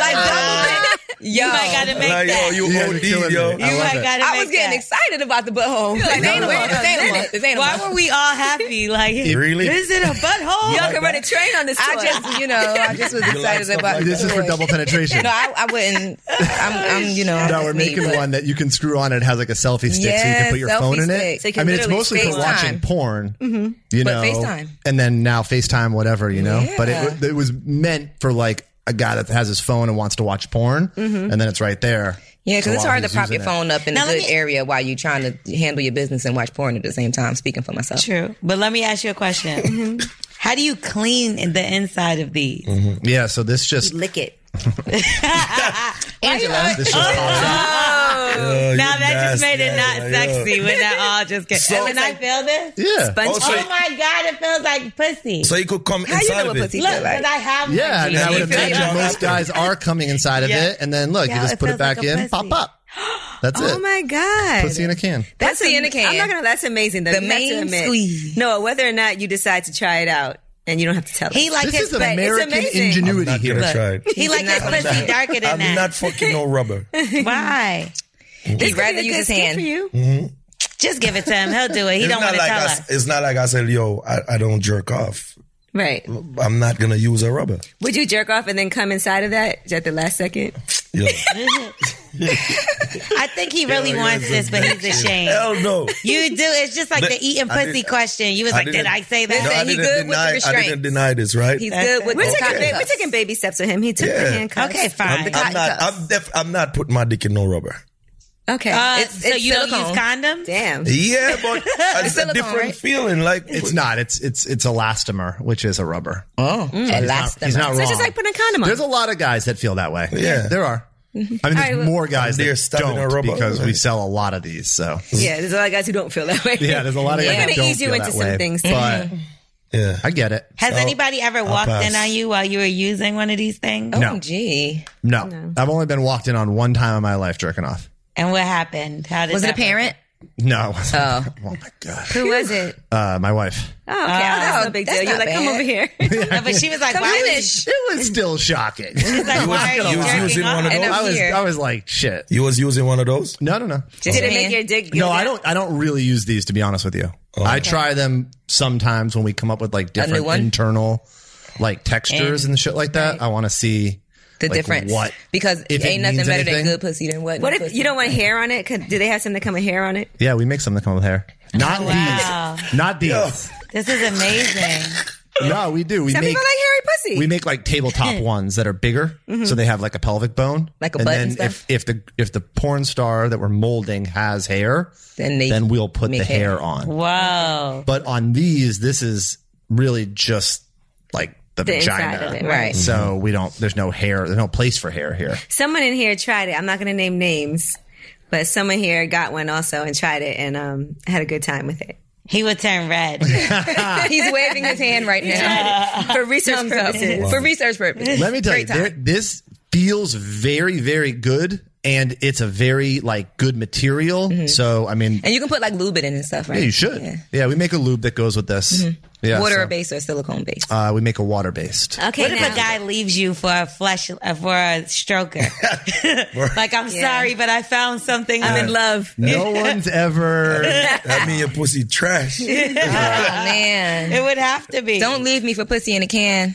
C: like
F: Yo,
C: you might got to make
E: Like yo,
C: that.
E: you
D: Yeah,
E: OD,
D: you're killing
E: yo.
D: me.
C: you
D: I love
C: might
D: it.
C: got to make
F: I was getting
C: that.
F: excited about the butthole. Like, they ain't a minute, they ain't a minute, they ain't a
C: Why
F: minute.
C: were we all happy? Like,
E: Really?
C: is it a butthole?
G: Y'all can run a train on this.
F: I
G: toy.
F: just, you know, I just was excited
E: stuff
F: about
E: like
D: this is for
F: it.
D: double penetration.
F: No, I, I wouldn't. I'm, I'm, you know. I'm
D: No,
F: just
D: we're
F: me,
D: making
F: but-
D: one that you can screw on. It has like a selfie stick, so you
F: Yeah,
D: can put your
F: selfie
D: phone in
F: stick.
D: it.
F: So you
G: can
D: I mean, it's
G: literally
D: mostly for
F: FaceTime. Mm-hmm.
D: watching porn, you know.
F: But FaceTime.
D: and then now FaceTime, whatever, you know. But
F: Yeah.
D: it, it was meant for like a guy that has his phone and wants to watch porn, and then it's right there.
F: Mm-hmm. Yeah,
D: So
F: because it's
D: while
F: hard to
D: he's
F: prop
D: using
F: your
D: it-
F: phone up in
C: Now,
F: a
C: let
F: good
C: me-
F: area while you're trying to handle your business and watch porn at the same time. Speaking for myself,
C: True. But let me ask you a question.
F: Mm-hmm.
C: How do you clean the inside of these?
E: Mm-hmm.
D: Yeah, so this just
G: lick it.
F: Angela.
D: this just
F: oh,
E: Yo,
C: Now
E: Oh, you
C: that just
E: nasty
C: made it
E: ass,
C: not
E: like, yo.
C: sexy when that all just came.
E: So-
C: Can I feel this?
D: yeah.
E: Oh, so,
C: Oh my God, it feels like pussy.
E: so you could come
F: How you
E: inside
F: know
E: of
F: what
E: it.
F: pussy
C: Look,
F: feel
C: because
F: like?
C: I have one.
D: Yeah, and I would
E: You feel
D: imagine
E: like-
D: most guys are coming inside of
C: Yeah.
D: it, and then look, you
C: Yeah,
D: just
C: it
D: put it
C: feels
D: back
C: like a
D: in,
C: pussy.
D: pop up. That's
G: Oh
D: it.
G: my god.
D: Pussy in a can.
G: That's
F: Pussy
G: a-
F: in a can.
G: I'm not gonna. That's amazing. Though.
F: The
G: You have to
F: main
G: admit.
C: squeeze.
G: No, whether or not you decide to try it out, and you don't have to tell.
C: He
G: us.
C: like
D: This
C: his
D: is
C: but it's
D: American
C: amazing.
E: I'm
D: ingenuity
E: not
D: here.
E: gonna try it.
C: He like his pussy darker than
E: I'm
C: that.
E: not fucking no rubber.
C: Why?
F: He'd rather
G: It's a
F: use
G: good
F: his
G: skill
F: hand.
G: for you.
C: Just give it to him. He'll do it. He
E: It's
C: don't
E: not
C: want to
E: like
C: tell
E: I,
C: us.
E: it's not like I said, yo, I, I don't jerk off.
G: Right?
E: I'm not gonna use a rubber.
G: Would you jerk off and then come inside of that at the last second?
E: Yo.
C: I think he really
E: Yeah,
C: wants
E: yeah,
C: this, but he's ashamed.
E: Hell no.
C: You do. It's just like the
E: But
C: eating
E: I
C: pussy
E: didn't-
C: question. You was like, did
E: didn't-
C: I say
E: No, I
C: that?
F: he
E: didn't
F: good with the
E: deny. I
F: restraints.
E: didn't deny this, right?
F: He's good with
G: We're,
F: the
G: taking, ba-
F: cock.
G: we're taking baby steps with him. He took the
E: Yeah.
G: handcuffs.
C: okay, fine.
E: I'm not. I'm, def- I'm not putting my dick in no rubber.
G: Okay.
C: Uh,
F: It's-
C: so
F: it's
C: you don't
F: silicone.
C: use condoms?
G: Damn.
E: Yeah, but it's a
F: silicone,
E: different
F: right?
E: feeling. Like
D: It's not. It's it's it's elastomer, which is a rubber.
F: Oh, elastomer.
D: He's not wrong.
G: So it's just like putting a condom on.
D: There's a lot of guys that feel that way.
E: Yeah.
D: there are. I mean, there's more guys
E: They're
D: that
E: stubbing
D: don't
E: a rubber.
D: because we sell a lot of these. So
G: yeah, there's a lot of guys who don't feel that way.
D: yeah, there's a lot of
G: We're
D: guys
G: gonna
D: that don't
G: ease you
D: feel
G: into
D: that
G: some
D: way,
G: things.
D: But
G: Mm-hmm.
E: yeah,
D: I get it.
C: Has anybody ever walked
E: pass.
C: in on you while you were using one of these things?
D: No.
F: Oh, gee.
D: No, I've only been walked in on one time in my life jerking off.
C: And what happened? How did
F: Was it a
C: that
F: parent?
D: No.
F: Oh.
D: oh my god.
G: Who was it?
D: Uh, my wife.
G: Oh, okay. oh, that's no big
F: that's
G: deal. You're
F: not
G: like, come
F: bad.
G: over here.
C: work? No, but she was like, why was
D: It was still shocking.
C: she like, why are
E: you
C: you
E: was
C: jerking
E: using one
C: off?
E: of
F: And
E: those.
F: I'm
D: I was
F: here.
D: I was like shit.
E: you was using one of those.
D: No, no, no.
G: Did it
F: man.
G: make your dick? go
D: No, I
G: down?
D: don't. I don't really use these to be honest with you. I try them sometimes when we come up with like different
F: one?
D: internal like textures and, shit like that. I want to see
F: The
D: like,
F: difference.
D: What?
F: Because
D: if it
F: ain't nothing
D: means
F: better
D: anything.
F: than good pussy than what?
G: What if you don't want hair on it? 'Cause- Do they have something that come with hair on it?
D: Yeah, we make something come with hair.
F: Oh,
D: Not
C: Wow.
D: these. Not these.
C: This is amazing.
D: No, we do. We
G: Some
D: make.
G: people like hairy pussy.
D: we make like tabletop ones that are bigger, so they have like a pelvic bone.
F: Mm-hmm. Like a
D: and
F: butt
D: then
F: and stuff?
D: if if the if the porn star that we're molding has hair,
F: Then they
D: then we'll put
F: make
D: the hair,
F: hair.
D: on.
C: Whoa.
D: But on these, this is really just like the,
G: The inside
D: vagina.
G: of it,
F: Right.
D: So we don't. There's no hair. There's no place for hair here.
G: someone in here tried it. I'm not going to name names, but someone here got one also and tried it and um, had a good time with it.
C: He would turn red.
F: He's waving his hand right now
G: For research
F: Thumbs up.
G: purposes.
F: for research purposes.
D: Let me tell you,
F: Great time.
D: there, this feels very, very good, and it's a very like good material. So I mean,
F: And you can put like lube in it and stuff, right?
D: yeah, you should. Yeah. we make a lube that goes with this. Yeah,
F: Water
D: so,
F: based or silicone based.
D: uh, we make a water based.
G: Okay,
C: What if
G: now.
C: a guy leaves you for a flesh uh, for a stroker? like I'm sorry, but I found something. I'm in love.
D: No one's ever.
E: That mean your pussy trash.
F: oh man.
C: It would have to be.
F: Don't leave me for pussy in a can.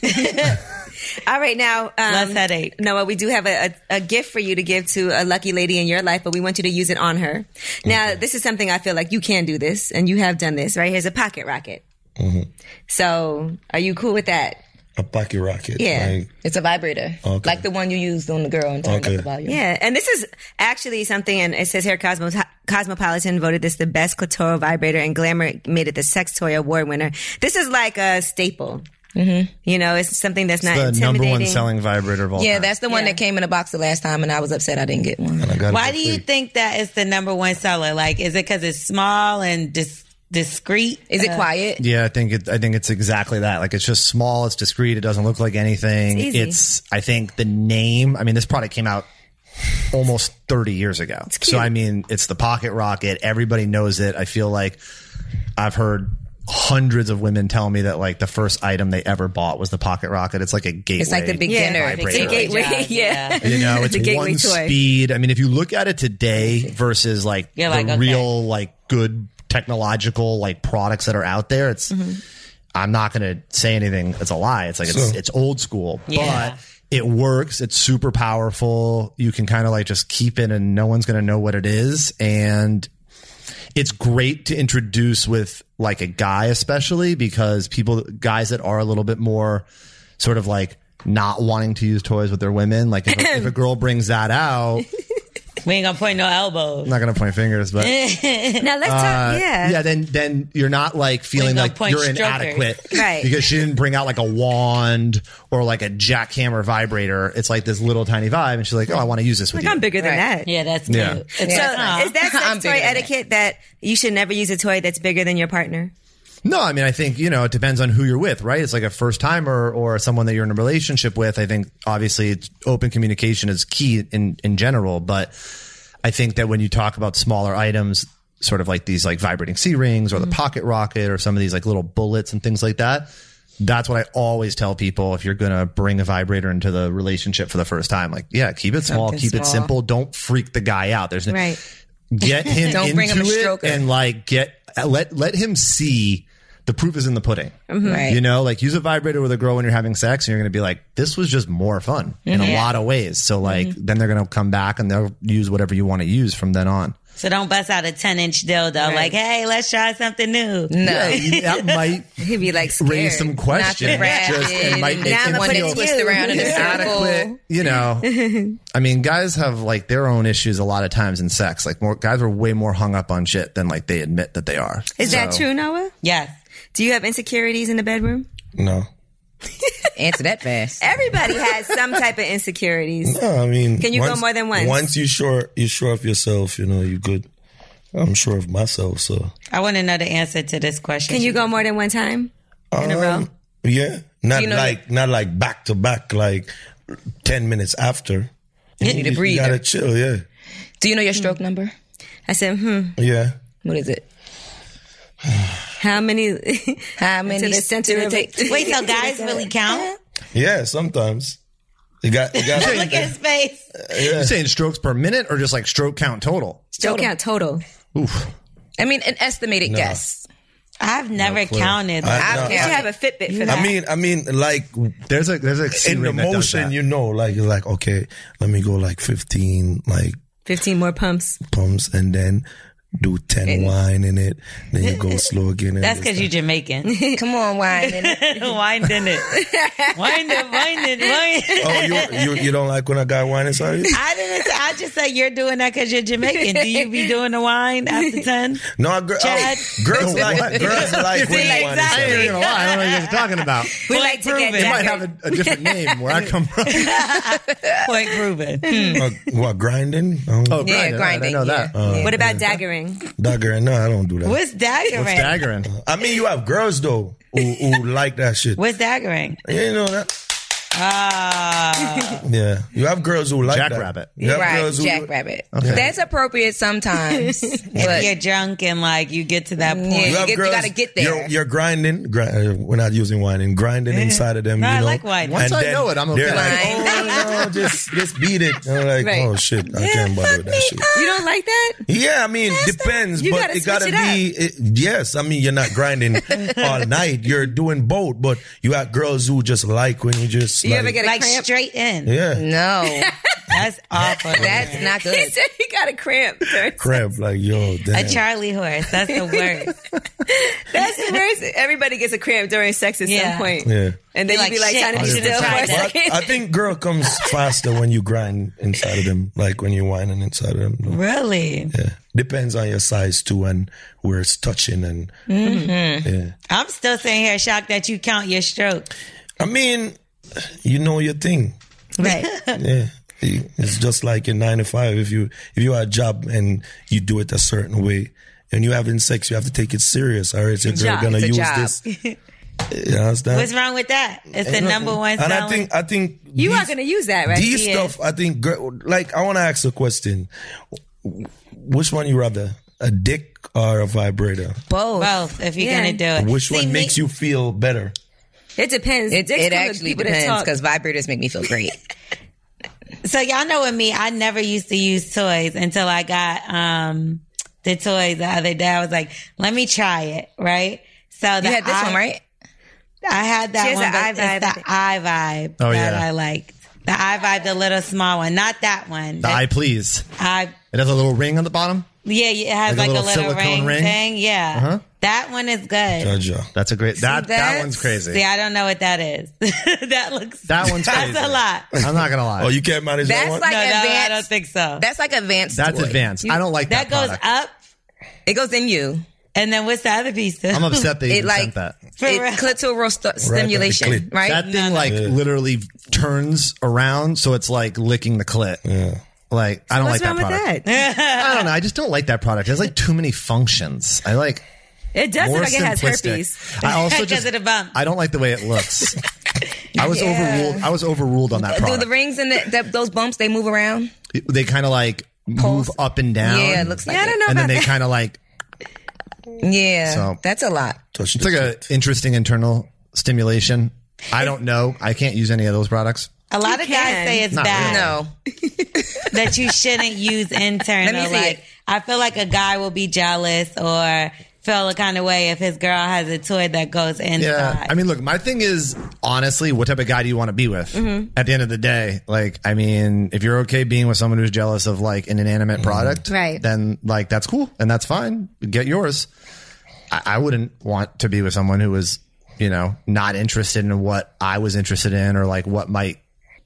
G: All right, now. Um,
C: Less headache.
G: Noah, we do have a, a, a gift for you to give to a lucky lady in your life, but we want you to use it
C: Mm-hmm.
G: on her. Now, this is something I feel like you can do this, and you have done this, right? Here's a pocket rocket.
C: Mm-hmm.
G: So are you cool with that?
E: A pocket rocket.
F: Yeah,
E: Like,
F: it's a vibrator,
E: Okay.
F: like the one you used on the girl and turned
E: Okay.
F: up the volume.
G: Yeah, and this is actually something, and it says here Cosmos, Cosmopolitan voted this the best clitoral vibrator, and Glamour made it the sex toy award winner. This is like a staple. Mm-hmm. You know, it's something that's not
D: the
G: intimidating.
D: number one selling vibrator of all
F: yeah,
D: time.
F: that's the one that came in a box the last time, and I was upset I didn't get one.
E: I got it
C: Why
E: for
C: do you
E: free.
C: think that it's the number one seller? Like, is it because it's small and dis- discreet?
F: Is it quiet?
D: Yeah, I think it, I think it's exactly that. Like it's just small, it's discreet, it doesn't look like anything.
G: It's easy.
D: I think the name. I mean, this product came out almost 30 years ago. So I mean, it's the pocket rocket. Everybody knows it. I feel like I've heard hundreds of women tell me that like the first item they ever bought was the pocket rocket. It's like a gateway.
F: It's like the beginner.
D: vibrator.
F: The gateway.
G: Gateway, yeah.
D: You know, it's
G: a gateway
D: one
G: toy.
D: speed. I mean, if you look at it today versus like
C: You're
D: the
C: like, okay.
D: real like good technological like products that are out there, it's
C: Mm-hmm.
D: I'm not going to say anything. It's a lie. It's like it's
E: So-
D: it's old school,
C: Yeah.
D: but it works. It's super powerful. You can kind of like just keep it, and no one's going to know what it is. And it's great to introduce with like a guy, especially because people guys that are a little bit more sort of like not wanting to use toys with their women. Like if a, if a girl brings that out, I'm
C: We ain't gonna point no elbows.
D: not going to point fingers, but
G: Now let's talk. yeah.
D: Uh, yeah, then then you're not like feeling
C: gonna
D: like
C: point
D: you're
C: strokers.
D: inadequate,
G: Right.
D: Because she didn't bring out like a wand or like a jackhammer vibrator. It's like this little tiny vibe, and she's like, "Oh, I want to use this with
G: Like, I'm
D: you."
G: bigger than that.
C: Yeah, that's cute. uh-huh.
D: Yeah.
C: It's
G: So
C: like, aw.
G: is that
F: I'm
G: sex
F: bigger
G: toy
F: than that.
G: etiquette that. you should never use a toy that's bigger than your partner?
D: No, I mean, I think you know it depends on who you're with, right? It's like a first timer or someone that you're in a relationship with. I think obviously it's, open communication is key in in general, but I think that when you talk about smaller items, sort of like these like vibrating C rings
F: Mm-hmm.
D: or the pocket rocket or some of these like little bullets and things like that. That's what I always tell people if you're going to bring a vibrator into the relationship for the first time. Like, yeah, keep it small,
F: Something
D: keep it
F: small.
D: simple. Don't freak the guy out. There's no,
G: Right.
D: get him
F: Don't
D: into
F: bring him a
D: it
F: stroker.
D: and like get let let him see the proof is in the pudding.
F: Right.
D: You know, like use a vibrator with a girl when you're having sex, and you're going to be like, "This was just more fun in
F: Mm-hmm.
D: a lot of ways." So, like, then they're going to come back and they'll use whatever you want to use from then on.
C: so don't bust out a ten inch dildo. Like, hey, let's try something new.
F: No.
D: Yeah, that might
G: He'd be like scared.
D: raise some questions.
F: wrap
D: Just,
F: it
D: it might
F: and
D: make
G: now
D: them
G: I'm
F: One
G: putting
D: feel
F: that's twisted around in a circle.
D: inadequate. You know, I mean, guys have like their own issues a lot of times in sex. Like, more guys are way more hung up on shit than like they admit that they are.
G: Is that true, Noah?
C: Yes.
G: Do you have insecurities in the bedroom?
E: No.
F: Answer that fast.
G: Everybody has some type of insecurities.
E: No, I mean,
G: Can you go more than once?
E: Once you sure you sure of yourself, you know, you good. I'm sure of myself, so
C: I want to know the answer to this question.
G: Can you go more than one time?
E: in a row. Um, Yeah, not
F: you know
E: like not like back to back, like ten minutes after. You
F: need a
E: You
F: breather.
E: gotta chill. Yeah,
F: Do you know your stroke number?
G: I said, hmm,
E: yeah.
F: What is it?
G: how many?
F: How many
G: the center
F: to
G: of
F: take-
G: it.
C: Wait, so guys really count?
E: Yeah, sometimes you got you got
C: Look at his face.
D: You saying strokes per minute or just like stroke count total?
G: Don't count total.
F: I mean, an estimated guess.
C: I've never counted.
E: I-
F: I've
E: no,
G: You should
F: counted.
G: have a Fitbit for that.
E: I mean, I mean, like
D: There's a there's a
E: in the motion, you know, like you're like, okay, let me go like 15 like
G: 15 more pumps.
E: pumps and then do 10 wine in it. Then you go slow again. And
C: That's
E: this-
C: because you're Jamaican.
F: Come on, wine.
C: winding it, wind it, wind it, wind.
E: Oh, you, you you don't like when I got wine inside you?
C: I didn't. Say, I just said you're doing that because you're Jamaican. Do you be doing the wine after ten?
E: No, I, gr-
C: Chad.
E: oh, girls like girls like when you wine
D: I
E: inside.
D: ain't even gonna lie. I don't know what you're talking about.
G: We like to
C: prove
G: get
C: it.
D: Might
G: that.
D: have a, a different name where I come from.
C: Point proven.
E: Uh, what grinding? Um,
D: Oh,
F: Yeah,
D: grinding. right, I
F: grinding,
D: know
F: yeah.
D: that.
G: What about daggering?
E: dagger? No, I don't do that.
C: What's daggering?
D: What's daggering?
E: I mean, you have girls though who, who like that shit.
C: What's daggering?
E: You know that.
C: Ah,
E: Yeah, you have girls who like that.
D: Jackrabbit.
E: You have
F: Right,
E: girls who
F: jackrabbit. That's appropriate sometimes, but
C: if you're drunk and like you get to that
A: Mm-hmm.
C: point.
F: Yeah.
E: You,
F: You
E: have
F: get- you
E: girls,
F: gotta get there.
E: You're, you're grinding. Grind, uh, we're not using wine and grinding inside of them.
C: No,
E: you
C: I
E: know?
C: like wine.
D: Once
E: And
D: I
E: then
D: know it, I'm
E: they're
D: okay.
E: like, oh no, just just beat it. And I'm like,
G: Right.
E: oh shit, I can't bother with that shit.
G: You don't like that?
E: Yeah, I mean, depends,
G: you
E: but
G: gotta
E: it gotta
G: switch it
E: be. It, yes, I mean, you're not grinding all night. You're doing both, but you have girls who just like when you just.
G: You
E: like,
G: ever get a
C: Like
G: cramp?
C: straight in.
E: Yeah.
F: no.
C: That's awful.
F: That's not good.
G: He said he got a cramp.
E: Crab, like yo,
C: a
E: damn.
C: Charlie horse. That's the worst.
G: That's the worst. Everybody gets a cramp during sex at
C: Yeah.
G: some point.
E: yeah.
G: And then
C: You're
G: you'd be
C: like,
G: like
C: "Shit,
G: trying to
C: I
G: be
C: should've
G: still for
C: tried
G: a
C: that."
G: second.
E: I think girl comes faster when you grind inside of them, like when you're whining inside of them. though.
C: Really?
E: Yeah. Depends on your size too and where it's touching and
G: Mm-hmm.
E: yeah.
C: I'm still sitting here shocked that you count your strokes.
E: I mean, you know your thing.
C: Right.
E: Yeah. It's just like in nine to five. If you if you have a job and you do it a certain way and you're having sex, you have to take it serious or else your girl
F: job.
E: gonna
F: It's a
E: use
F: job.
E: this. You understand?
C: What's wrong with that? It's the
E: Ain't
C: number
E: nothing.
C: one
E: And I
C: selling.
E: think I think
G: You
E: these-
G: are going to use that, right?
E: These
G: Yeah.
E: stuff, I think, gir- like, I want to ask a question. Which one you rather, a dick or a vibrator?
F: Both.
C: both if you're
G: Yeah.
C: gonna do it.
E: Which
C: See,
E: one
C: me-
E: makes you feel better?
G: It depends.
F: It,
G: Dicks
F: it
G: come with
F: actually
G: people that
F: depends
G: talk.
F: because vibrators make me feel great.
C: So y'all know with me, I never used to use toys until I got um the toys the other day. I was like, let me try it, right? So
F: you had this one, right?
C: I had that
G: She has
C: one.
G: an
C: but
G: eye
C: it's
G: vibe, I
C: the
G: think.
C: eye vibe
D: Oh,
C: that
D: yeah.
C: I liked. The eye vibe, the little small one, not that one.
D: The eye please.
C: eye
D: It has a little ring on the bottom.
C: Yeah, yeah, it has like,
D: Like a
C: a
D: little
C: little
D: silicone
C: ring,
D: ring?
C: thing. Yeah.
D: Uh-huh.
C: That one is good.
E: Jaja.
D: That's a great. That that
F: that's-
D: one's crazy.
C: See, I don't know what that is. that looks
D: That one's
C: That's
D: crazy.
C: a lot.
D: I'm not gonna lie.
E: Oh, you can't manage that
F: That's
E: one?
F: like
C: No, no, I
F: advanced.
C: don't think so.
F: that's like advanced.
D: That's
F: toy.
D: advanced. I don't like
C: that
D: that.
C: goes
D: product.
C: up
F: It goes in you.
C: and then what's the other piece too?
D: I'm upset that you
F: It
D: even
F: like-
D: sent that.
C: For
F: It,
C: real.
F: clitoral st-
E: the
F: stimulation,
E: clit.
F: right?
D: That thing like literally turns around, so it's like licking the clit.
E: Yeah.
D: Like I don't like
G: What's
D: that
G: wrong
D: product.
G: with that?
D: I don't know. I just don't like that product. It has like too many functions. I like
G: It does
D: more
G: look like it has
D: simplistic.
G: herpes.
D: I also
C: 'Cause
D: just
C: of the bump.
D: I don't like the way it looks. I was overruled. I was overruled on that
F: Do
D: product.
F: the rings and the, the, those bumps they move around?
D: they kind of like move up and down.
F: Yeah, it looks like.
G: Yeah, I
F: it.
G: don't know
D: and then
G: about
D: they
G: that.
D: kind of like
F: Yeah,
D: So-
F: that's a lot.
E: Touch
D: it's like an interesting internal stimulation. I don't know. I can't use any of those products.
C: a lot
G: You
C: of guys
G: can.
C: say it's
D: Not
C: bad
F: No,
C: that you shouldn't use internal.
F: Let me see
C: like
F: it.
C: I feel like a guy will be jealous or feel a kind of way if his girl has a toy that goes inside.
D: Yeah. I mean, look, my thing is honestly, what type of guy do you want to be with?
G: Mm-hmm.
D: At the end of the day, like, I mean, if you're okay being with someone who's jealous of like an inanimate product,
G: Right.
D: Then like that's cool and that's fine. Get yours. I, I wouldn't want to be with someone who was, you know, not interested in what I was interested in or like what might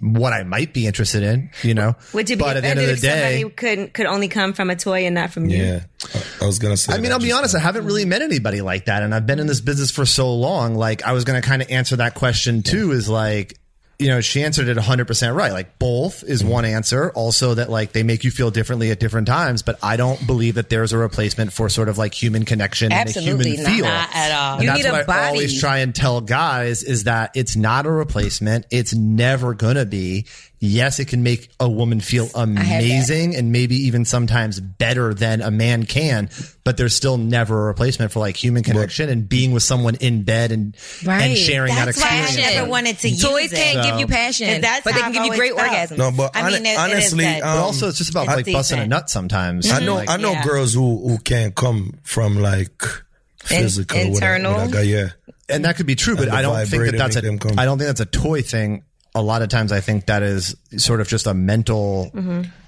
D: what I might be interested in. You know,
G: Would you be
D: but at the end
G: offended
D: of the
G: if
D: day.
G: somebody couldn't could only come from a toy and not from you?
E: Yeah. I, I was going to say.
D: I mean,
E: that
D: I'll be
E: just
D: honest.
E: now.
D: I haven't really met anybody like that, and I've been in this business for so long. Like, I was going to kind of answer that question too. Is like, you know, she answered it 100 percent right. Like, both is one answer. Also, that like they make you feel differently at different times. But I don't believe that there's a replacement for sort of like human connection
F: Absolutely
D: and a
F: not.
D: human feel
C: Not at all.
D: And
F: You
D: that's
F: need a
D: what I
F: body.
D: always try and tell guys is that it's not a replacement. It's never gonna be. Yes, it can make a woman feel amazing and maybe even sometimes better than a man can, but there's still never a replacement for like human connection and being with someone in bed and and
F: Right.
D: sharing
C: That's
D: that
C: why I
D: experience.
C: never wanted to use
F: toys
C: it.
F: can't give you
C: If
F: passion,
C: that's
F: but they
C: how
F: can
C: I've
F: give you
C: always
F: great
C: felt.
F: orgasm.
E: No, but
C: I mean,
E: hone-
C: it- it is
E: honestly,
C: good.
E: um,
D: but also, it's just about like busting a
C: decent.
D: nut sometimes.
E: I know,
D: Like,
E: I know
C: Yeah.
E: girls who, who can't come from like physical. with a- with a
F: internal?
E: guy, yeah.
D: and that could be true, but
E: the
D: I don't think that
E: vibrator
D: that's
E: make
D: a.
E: them come.
D: I don't think that's a toy thing. A lot of times, I think that is sort of just a mental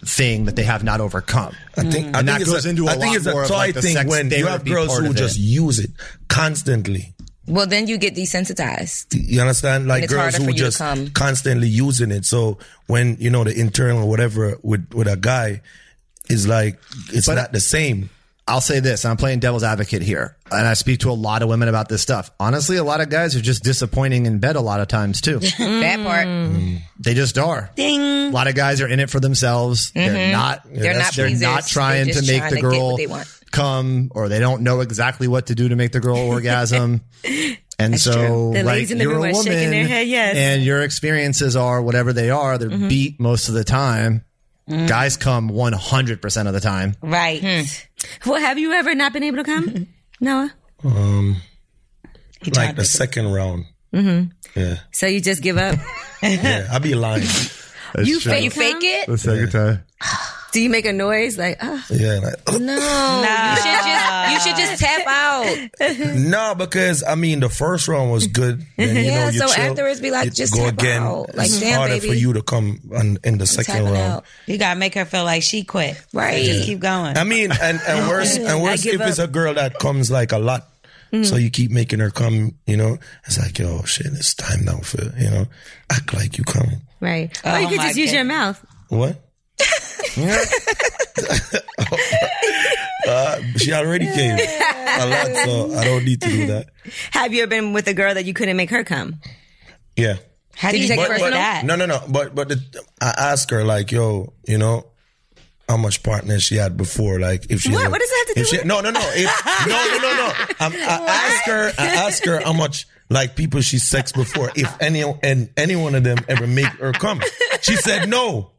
D: thing that they have not overcome.
E: I think I
D: And
E: think
D: that
E: it's
D: goes
E: a,
D: into a
E: I
D: lot
E: think it's a
D: more of,
E: toy
D: like, the
E: thing
D: sex
E: when you have
D: therapy
E: girls
D: part
E: who
D: of
E: just
D: it.
E: use it constantly.
F: Well, then you get desensitized.
E: You understand? Like
F: it's
E: girls
F: harder for
E: who
F: you to
E: just
F: come.
E: constantly using it. So when you know the internal or whatever with with a guy is like it's not the same.
D: I'll say this, and I'm playing devil's advocate here, and I speak to a lot of women about this stuff. Honestly, a lot of guys are just disappointing in bed a lot of times too.
F: That part.
C: Mm.
D: they just are. A lot of guys are in it for themselves. They're not.
F: Mm-hmm. They're not
D: They're
F: pleasers.
D: not trying
F: They're
D: to
F: just
D: make
F: trying
D: the
F: to get what
D: girl
F: they want.
D: come, or they don't know exactly what to do to make the girl orgasm. And so,
G: The
D: like
G: ladies in the
D: you're
G: room
D: a
G: are
D: woman,
G: shaking their head, yes. Mm-hmm.
D: and your experiences are whatever they are. They're beat most of the time.
G: Mm.
D: Guys come 100 percent of the time.
C: Right.
G: Hmm. Well, have you ever not been able to come, Noah?
E: Um, like the second round.
F: Mm-hmm.
E: Yeah,
G: So you just give up?
E: yeah. I'd be lying.
G: you
D: true.
G: fake
F: You fake
G: come?
F: it.
D: The second time.
G: Do you make a noise like, ah?
E: Yeah, like,
F: No, you should just you should just tap out.
E: No, because I mean the first round was good. Then, you
F: Yeah,
E: know, you
F: so
E: chill,
F: afterwards be like,
E: you
F: just
E: go
F: tap
E: again.
F: out. Like,
E: it's
F: damn,
E: harder
F: baby.
E: for you to come on, in the second
F: Tapping
E: round.
F: out.
C: You gotta make her feel like she quit.
F: Right.
C: So just keep going.
E: I mean, and, and worse and worse if it's a girl that comes like a lot.
F: Mm.
E: So you keep making her come, you know. It's like, yo, shit, it's time now for you know, act like you coming.
G: Right.
C: Oh
G: or you could
C: my
G: just use your mouth.
E: What? Yeah. uh, she already came a lot, so I don't need to do that.
G: Have you ever been with a girl that you couldn't make her come?
E: Yeah.
C: How do you,
F: take it
C: deal with
F: personal?
C: that?
E: No, no, no. But but the, I asked her like, yo, you know, how much partners she had before? Like, if she
G: What?
E: had-
G: What does that have to
E: if
G: do
E: she-
G: with-
E: No, no, no. If, no, no, no, no. I'm, I asked her. I asked her how much like people she sexed before, if any and any one of them ever make her come. She said no,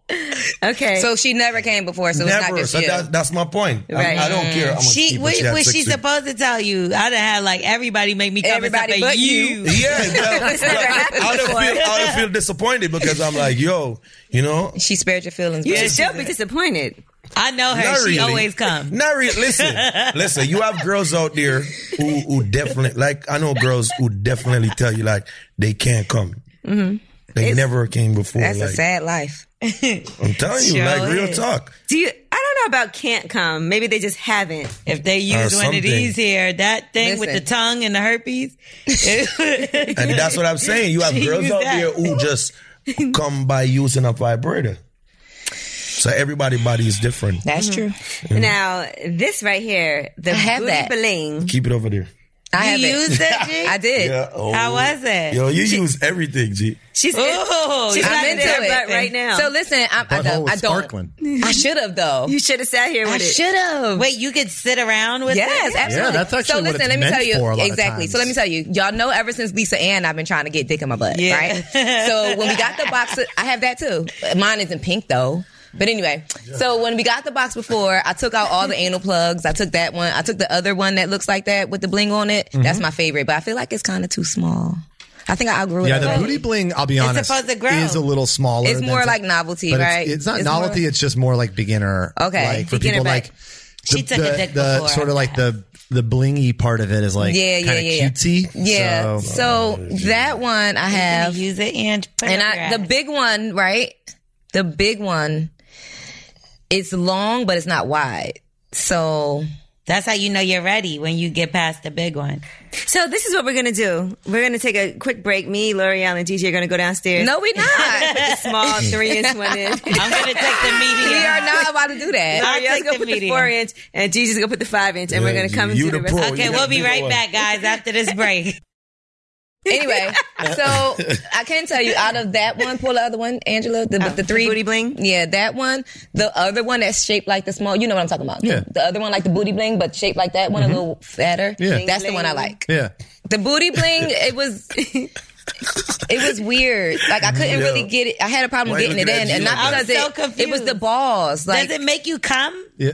G: Okay.
F: So she never came before, so it's not
E: never.
F: just
E: So
F: you.
E: that, that's my point. I-
G: Right.
E: I, don't care how much
C: She
E: people
C: what,
E: she had
C: what
E: sex
C: she's
E: with.
C: supposed to tell you. I done had like everybody make me come
F: Everybody
C: except for
F: but you.
E: Yeah, that, but I don't feel I don't feel disappointed because I'm like, yo, you know,
F: she spared your feelings.
G: you
F: but-
G: should still be disappointed.
C: I know her.
E: Not
C: she
E: really.
C: always come.
E: Not really. Listen, listen. You have girls out there who, who definitely like. I know girls who definitely tell you like they can't come.
C: Mm-hmm.
E: They never came before.
F: That's
E: like,
F: a sad life.
E: I'm telling you,
C: Sure
E: like real
C: is.
E: talk.
G: Do you? I don't know about can't come. Maybe they just haven't.
C: If they use
E: Or
C: one
E: something.
C: of these here, that thing with the
F: Listen.
C: tongue and the herpes.
E: And that's what I'm saying. You have girls
C: used
E: out
C: that.
E: there who just come by using a vibrator. So everybody body is different.
F: That's true.
G: Now this right here, the
F: have
G: booty
F: that.
G: bling.
E: Keep it over there.
F: I
C: you
F: have it.
C: used that G?
F: I did.
E: Yeah. Oh.
C: How was it?
E: Yo, you use everything, G.
G: She's in-
C: Oh,
G: she's
C: you
G: not
F: I'm
C: got
G: into
F: into
G: her
F: it
G: butt right now.
F: So listen, I, I
D: Butthole
F: don't.
D: was
F: I don't.
D: sparkling.
F: I should have though.
G: you should have sat here with
F: I
G: it.
F: should have.
C: Wait, you could sit around with
F: Yes,
C: it?
F: absolutely.
D: that's actually
F: so.
D: what
F: Listen,
D: it's
F: let me
D: meant
F: tell you
D: for a lot of
F: exactly.
D: times.
F: So let me tell you, y'all know ever since Lisa Ann, I've been trying to get dick in my butt,
C: Yeah.
F: right? so when we got the box, I have that too. Mine isn't pink though. But anyway, so when we got the box before, I took out all the anal plugs. I took that one. I took the other one that looks like that with the bling on
D: Mm-hmm.
F: it. That's my favorite, but I feel like it's kind of too small. I think I outgrew it.
D: Yeah,
F: a
D: the
F: little.
D: booty bling. I'll be honest,
C: supposed to grow.
D: is a little smaller.
F: It's
D: than
F: more
D: some-
F: like novelty,
D: but
F: right?
D: It's, it's not
F: It's
D: novelty.
F: more-
D: It's just more like beginner.
F: Okay.
D: like for
F: Beginner
D: people
F: back.
D: like
C: She took a
D: the,
C: dick
D: the
C: before.
D: sort of like the the blingy part of it is like
F: Yeah, yeah,
D: kind of
F: yeah, yeah.
D: cutesy.
F: Yeah.
D: So,
F: So, that one
C: Yeah.
F: I have.
C: Use it and put
F: And
C: it
F: I, the big one, right? The big one. It's long, but it's not wide. So
C: That's how you know you're ready when you get past the big one.
G: So this is what we're gonna do. We're gonna take a quick break. Me, L'Oreal, and DJ are gonna go downstairs.
F: no, we're not.
G: Put the small three inch one in.
C: I'm going to take the medium.
F: we are not about to do that.
C: I'll
G: L'Oreal's
C: take
G: gonna
C: the
G: put the
C: medium.
G: four inch, and DJ's gonna put the five inch, and we're
E: Yeah,
G: gonna come
E: you
G: and do
E: the
G: the rest.
E: pro.
C: Okay,
E: You
C: we'll
E: gotta
C: be
E: do the
C: right
E: one.
C: back, guys, after this break.
F: Anyway, so I can tell you out of that one, pull the other one, Angela, the, the three
G: booty bling?
F: Yeah, that one. The other one that's shaped like the small. You know what I'm talking about.
D: Yeah. Mm-hmm.
F: The other one like the booty bling, but shaped like that one, a little fatter.
D: Yeah.
F: That's the one I like.
D: yeah,
F: The booty bling, it was it was weird. Like I couldn't
E: Yeah.
F: really get it. I had a problem
E: Why you
F: getting it
E: looking at
F: in, and
E: you
F: not
E: like
F: because
C: that? I'm so
F: it, it was the
C: confused.
F: balls. Like
C: Does
F: it,
C: it make you come?
D: yeah.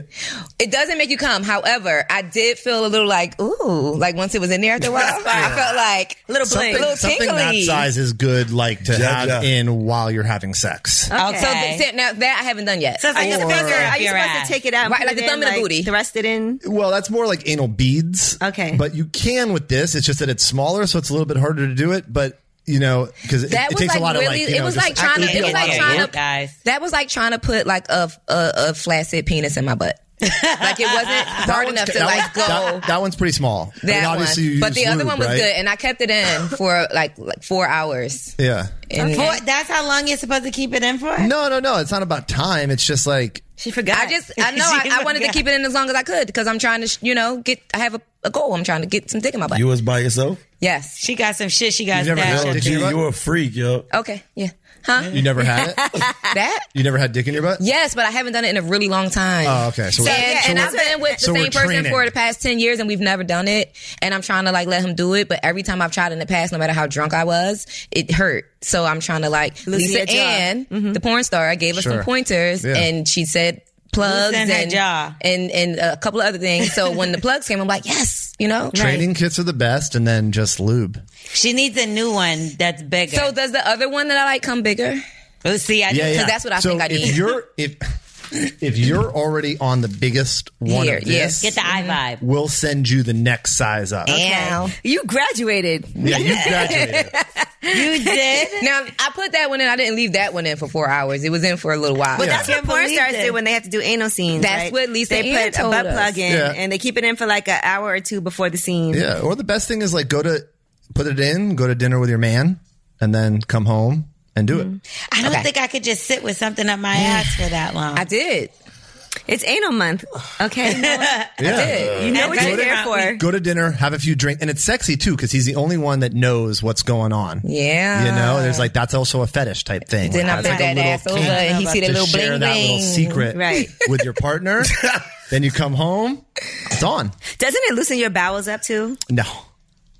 F: doesn't make you come. However, I did feel a little like ooh, like once it was in there after a while, I felt like a little
D: Something,
F: a little
D: something that
F: tingly.
D: size is good, like to
E: Yeah,
D: have
E: yeah.
D: in while you're having sex.
C: Okay.
F: So th- th- now that I haven't done yet.
C: so it's like a
D: Or-
C: finger
G: Are
C: up
G: you
C: your
G: supposed
C: ass.
G: to take it out, and
F: Right,
G: put
F: like
G: it
F: the thumb
G: in,
F: and the booty.
G: thrust it in?
D: Well, that's more like anal beads.
G: Okay.
D: But you can with this. It's just that it's smaller, so it's a little bit harder to do it. But you know, because it,
F: That
D: it
F: was
D: takes
F: like
D: a lot
F: really-
D: of like. You
F: it
D: know,
F: was
D: just-
F: like trying to-
D: would be
F: it
D: a
F: was
D: lot
F: like
D: of
F: trying
D: work.
F: to-
C: guys.
F: that was like trying to put like a a, a flaccid penis in my butt. Like it wasn't hard enough to
D: that
F: like
D: one's-
F: go.
D: That, that one's pretty small. I mean,
F: that
D: obviously
F: one,
D: you
F: but
D: use
F: the other
D: lube,
F: one was
D: right?
F: good, and I kept it in for like like four hours.
D: Yeah.
F: And
C: Four, that's how long you're supposed to keep it in for?
D: No, no, no. It's not about time. It's just like
G: She forgot.
F: I just, I know, I, I wanted to keep it in as long as I could because I'm trying to, sh- you know, get. I have a, a goal. I'm trying to get some dick in my butt.
E: You was by yourself.
F: yes.
C: She got some shit she got
D: You never
C: stashed.
D: know.
E: Yo,
D: Did
E: G,
D: you-
E: you a freak, yo.
F: Okay. Yeah. Huh?
D: you never had it.
F: That?
D: You never had dick in your butt.
F: Yes, but I haven't done it in a really long time.
D: Oh, okay.
F: And,
D: So, we're- so
F: and
D: we're-
F: I've been with the
D: so we're
F: same person
D: training.
F: for the past ten years, and we've never done it. And I'm trying to like let him do it, but every time I've tried in the past, no matter how drunk I was, it hurt. So I'm trying to like
G: your Mm-hmm.
F: Lisa
G: jaw.
F: Ann, the porn star, gave us
D: Sure.
F: some pointers,
D: Yeah.
F: and she said plugs
C: Loosen her
F: and,
C: jaw.
F: and and a couple of other things. So when the plugs came, I'm like, yes, you know.
D: Training kits are the best, and then just lube.
C: She needs a new one that's bigger.
F: So does the other one that I like come bigger?
C: Oh, see, I
D: Yeah,
C: just-
D: yeah.
F: that's what I
D: so
F: think I
D: if
F: need.
D: You're, if if you're already on the biggest one
F: Here,
D: of
F: yes.
D: this,
C: Get the
F: Mm-hmm.
C: eye vibe.
D: we'll send you the next size up.
F: Ow.
G: You graduated.
D: Yeah, you graduated.
C: You did.
F: Now I put that one in. I didn't leave that one in for four hours. It was in for a little while.
G: Well, that's
C: Yeah.
G: what porn
C: Believe
G: stars
C: it.
G: do when they have to do anal scenes.
F: That's
G: right?
F: what Lisa
G: They
F: Ann
G: put
F: told
G: a butt
F: us.
G: plug in
D: Yeah.
G: and they keep it in for like an hour or two before the scene.
D: yeah. Or the best thing is like go to put it in, go to dinner with your man, and then come home and do it.
C: I don't
F: Okay.
C: think I could just sit with something up my ass for that long.
F: I did.
G: It's anal month. Okay.
D: Yeah.
G: you know what
C: At
G: you're there
C: restaurant
G: for.
D: Uh, Go to dinner, have a few drink, and it's sexy too because he's the only one that knows what's going on.
F: Yeah.
D: You know, there's like that's also a fetish type thing.
F: Then I
D: Like,
F: put
D: that's like
F: that
D: a little
F: ass over
D: kink
F: and uh, he see that
D: to
F: little
D: share
F: bling
D: that
F: bling.
D: little secret
G: Right.
D: with your partner. then you come home, it's on.
G: Doesn't it loosen your bowels up too?
D: No,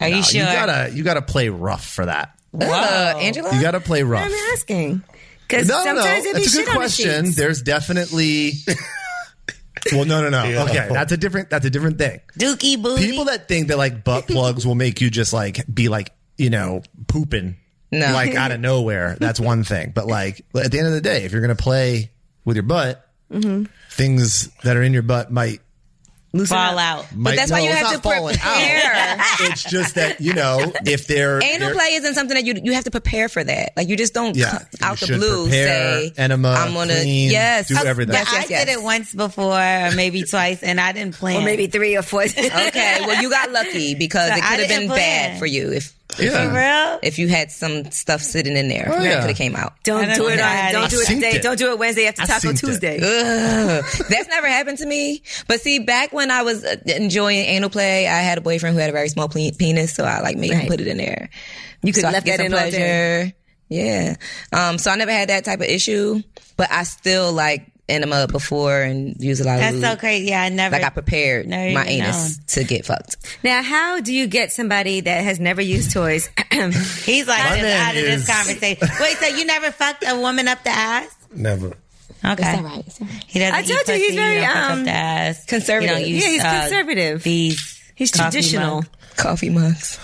C: Are you
D: No,
C: sure?
D: You gotta you gotta play rough for that.
F: Uh, Angela?
D: You gotta play rough.
G: I'm asking. Because
D: No, no, no.
G: sometimes it be
D: That's a
G: shit
D: good
G: on the
D: question.
G: sheets.
D: There's definitely. well, no, no, no.
E: Yeah.
D: Okay, that's a different. That's a different thing.
C: Dookie booty.
D: People that think that like butt plugs will make you just like be like you know pooping
F: No.
D: like out of nowhere. That's one thing. But like at the end of the day, if you're gonna play with your butt, things that are in your butt might.
C: fall out.
D: might
F: that's why
D: no,
F: you
D: it's
F: have
D: not
F: to pre-
D: falling out.
F: prepare.
D: It's just that you know if they're
F: Anal
D: they're-
F: play isn't something that you you have to prepare for that. Like you just don't
D: Yeah,
F: c-
D: you
F: out the
D: should
F: blue
D: prepare,
F: say
D: enema,
F: I'm gonna
D: clean,
F: yes
D: do everything.
F: Yes,
C: I
F: yes, yes.
C: did it once before, or maybe twice, and I didn't plan.
G: Or maybe three or four.
F: Okay, well you got lucky because
C: So
F: it
C: I
F: could have
C: didn't
F: been
C: plan.
F: bad for you if
D: yeah.
C: For real?
F: if you had some stuff sitting in there.
D: Oh,
F: that
D: yeah.
F: could have came out.
G: Don't
C: I
G: do it
C: don't know.
G: on. Don't do
D: I
G: it
D: synced
G: today.
D: it.
G: Don't do it Wednesday after
D: I
G: Taco
D: synced it.
G: Tuesday.
F: Ugh. That's never happened to me. But see, back when I was uh, enjoying anal play, I had a boyfriend who had a very small ple- penis, so I like made him
G: Right.
F: put it in there.
G: You could
F: so I
G: left
F: get
G: that
F: some
G: in all day.
F: pleasure. Yeah. Um. So I never had that type of issue, but I still like enema before and use a lot
C: That's
F: of
C: so
F: lube.
C: crazy. Yeah, I never.
F: Like I prepared
C: Never
F: my
C: even
F: anus to get fucked.
G: Now, how do you get somebody that has never used toys?
C: He's like
D: My
C: "This-
D: man
C: out of
D: is-
C: this conversation. Wait, so you never fucked a woman up the ass?
E: Never.
C: Okay, He doesn't.
G: I
C: eat
G: told you,
C: pussy,
G: he's very,
C: he don't fuck
G: um,
C: up the ass.
F: conservative.
C: He don't
G: yeah,
C: use,
G: he's
C: uh,
G: conservative.
C: These
G: He's
C: coffee
G: traditional.
C: mug.
F: Coffee mugs.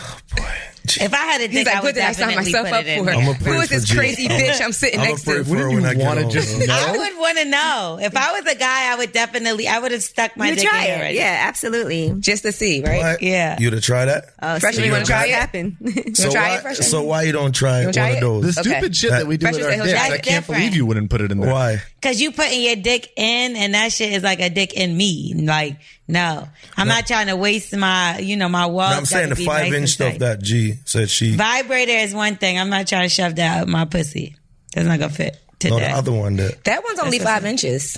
C: If I had a dick,
F: He's like,
C: I
F: what
C: would
F: did I sign
C: definitely
F: myself
C: put
F: up
C: it in
F: for?
C: there.
E: I'ma pray
F: Who is
E: for
F: this
E: Jim.
F: crazy
E: I'ma-
F: bitch I'm sitting
E: I'ma
F: next
E: pray
F: to?
E: for her when I
D: you
E: get
D: want to
E: home.
D: just
C: I
D: know?
C: would want to know. If I was a guy, I would definitely. I would have stuck my
G: you
C: dick
G: try
C: in
G: it.
C: already.
G: Yeah, absolutely.
F: Just to see, right?
E: What?
C: Yeah. Uh,
E: You to try that?
G: Oh,
F: Freshman,
G: see
F: you wanna
G: what
F: try it?
G: happened.
E: so
F: try it,
E: why?
F: Freshman?
E: So why you don't try one
F: try
E: of
F: it?
D: The
E: those?
D: stupid
F: Okay.
D: shit that we do
F: Precious
D: with our
F: said he'll
D: dicks,
F: try
D: I
F: it.
D: can't believe you wouldn't put it in there.
E: Why?
C: Cause you putting your dick in and that shit is like a dick in me. Like, no, I'm not trying to waste my, you know, my walls.
E: No, I'm saying the
C: gotta be
E: five
C: nice and
E: inch stuff
C: tight.
E: that G said she.
C: vibrator is one thing. I'm not trying to shove that up my pussy. That's not gonna fit
E: No,
C: today.
E: the other one that.
F: That one's only five inches.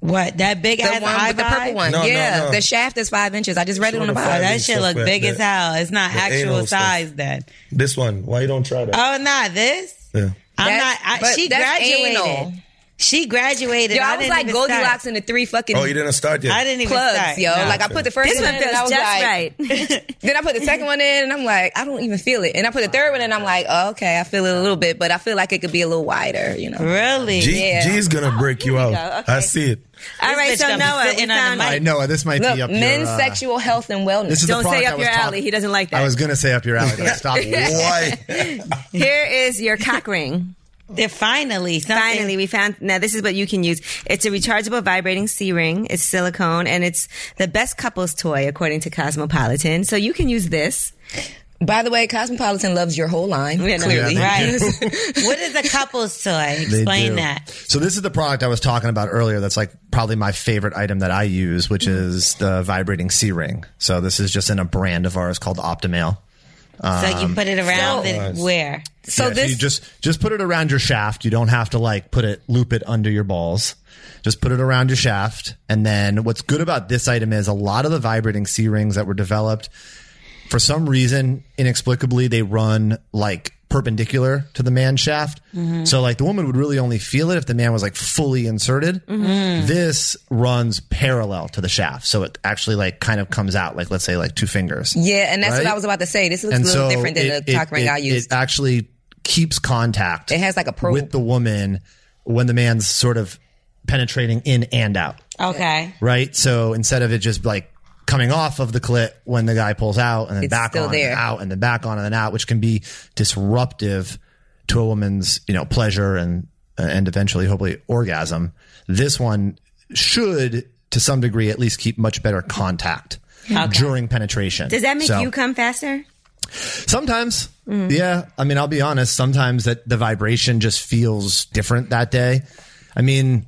C: what that big
F: The
C: ass
F: one
C: eye
F: with the purple
C: vibe?
F: one.
E: No, no,
F: yeah.
E: no.
F: The shaft is five inches. I just read it on the
E: wanna
C: Oh,
F: box.
E: find
C: that
E: It's
C: shit
E: so
C: look
E: fat,
C: big
E: that-
C: as hell. It's not
E: the
C: actual
E: anal stuff.
C: size then.
E: This one. Why you don't try that?
C: Oh, not this.
E: yeah.
C: I'm
F: That's-
C: not. I,
F: but
C: she
F: that's
C: graduated.
F: anal.
C: She graduated.
F: Yo,
C: I,
F: I, was
C: didn't
F: like
C: even
F: Goldilocks
C: start.
F: in the three fucking
E: Oh, you didn't start yet.
C: I didn't even
F: plugs,
C: start.
F: yo.
C: No.
F: Like I put the first
G: This
F: one in,
G: one
F: and
G: feels
F: I
G: just
F: was like,
G: right.
F: then I put the second one in, and I'm like, I don't even feel it. And I put the third one in, and I'm like, oh, okay, I feel it a little bit, but I feel like it could be a little wider, you know.
C: really.
E: G,
F: Yeah.
E: G's gonna break you out. I see it.
G: All right,
C: bitch
G: so
C: got me
G: Noah, we
C: sitting on the
G: found
C: mic.
D: I know this might
F: Look,
D: be up
F: men's
D: your, uh,
F: sexual health and wellness.
D: This is the
G: Don't say
D: product
G: up
D: I
G: your
D: was
G: alley.
D: talking-
G: He doesn't like that.
D: I was gonna say up your alley. But stop.
E: Why?
G: Here is your cock ring.
C: They're finally something.
G: Finally, we found. Now, this is what you can use. It's a rechargeable vibrating C ring. It's silicone, and it's the best couples toy according to Cosmopolitan. So you can use this.
F: By the way, Cosmopolitan loves your whole line.
G: Yeah, no.
F: clearly,
C: Right. what is a couple's toy?
D: They
C: Explain
D: do.
C: that.
D: So this is the product I was talking about earlier. That's like probably my favorite item that I use, which
G: Mm-hmm.
D: is the vibrating C ring. So this is just in a brand of ours called Optimail.
C: So you put it around and where?
F: So
D: Yeah,
F: this
D: you just just put it around your shaft. You don't have to like put it loop it under your balls. Just put it around your shaft. And then what's good about this item is a lot of the vibrating C rings that were developed for some reason inexplicably they run like perpendicular to the man shaft.
F: Mm-hmm.
D: So like the woman would really only feel it if the man was like fully inserted.
F: Mm-hmm.
D: This runs parallel to the shaft. So it actually like kind of comes out like let's say like two fingers
F: yeah, and that's
D: Right?
F: what I was about to say. This looks a
D: and
F: little
D: so
F: different than
D: it-
F: the cock
D: it-
F: ring
D: it-
F: I used.
D: It actually keeps contact.
F: It has like a probe.
D: with the woman when the man's sort of penetrating in and out,
C: Okay.
D: right? So instead of it just like coming off of the clit when the guy pulls out and then
F: It's
D: back
F: still
D: on
F: there.
D: and out and then back on and then out, which can be disruptive uh, to a woman's you know pleasure and and eventually hopefully orgasm. This one should, to some degree, at least keep much better contact during penetration.
G: Does that make
D: So-
G: you come faster?
D: Sometimes,
F: Mm.
D: yeah. I mean, I'll be honest. Sometimes that the vibration just feels different that day. I mean,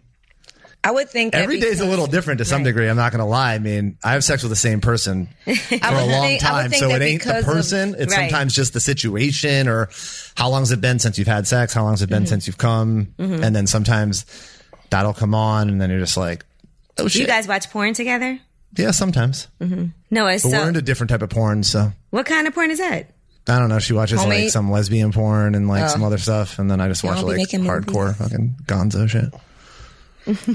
F: I would think that
D: every day's a
F: because-
D: little different to some degree. I'm not going to lie. I mean, I have sex with the same person for a
F: would
D: long
F: think- I would
D: time,
F: think
D: so
F: that
D: it ain't the
F: because of-
D: person. it's
G: right.
D: sometimes just the situation or how long's it been since you've had sex? How long's it
F: Mm-hmm.
D: been since you've come? And then sometimes that'll come on, and then you're just like, oh
G: Do
D: shit.
G: you guys watch porn together?
D: yeah, sometimes.
G: No, it's
D: But
G: so,
D: we're into different type of porn, so.
G: what kind of porn is that?
D: I don't know. She watches like
F: Homemade? Oh.
D: some lesbian porn and like some other stuff, and then I just watch
F: don't be
D: like
F: making movies.
D: hardcore fucking gonzo shit.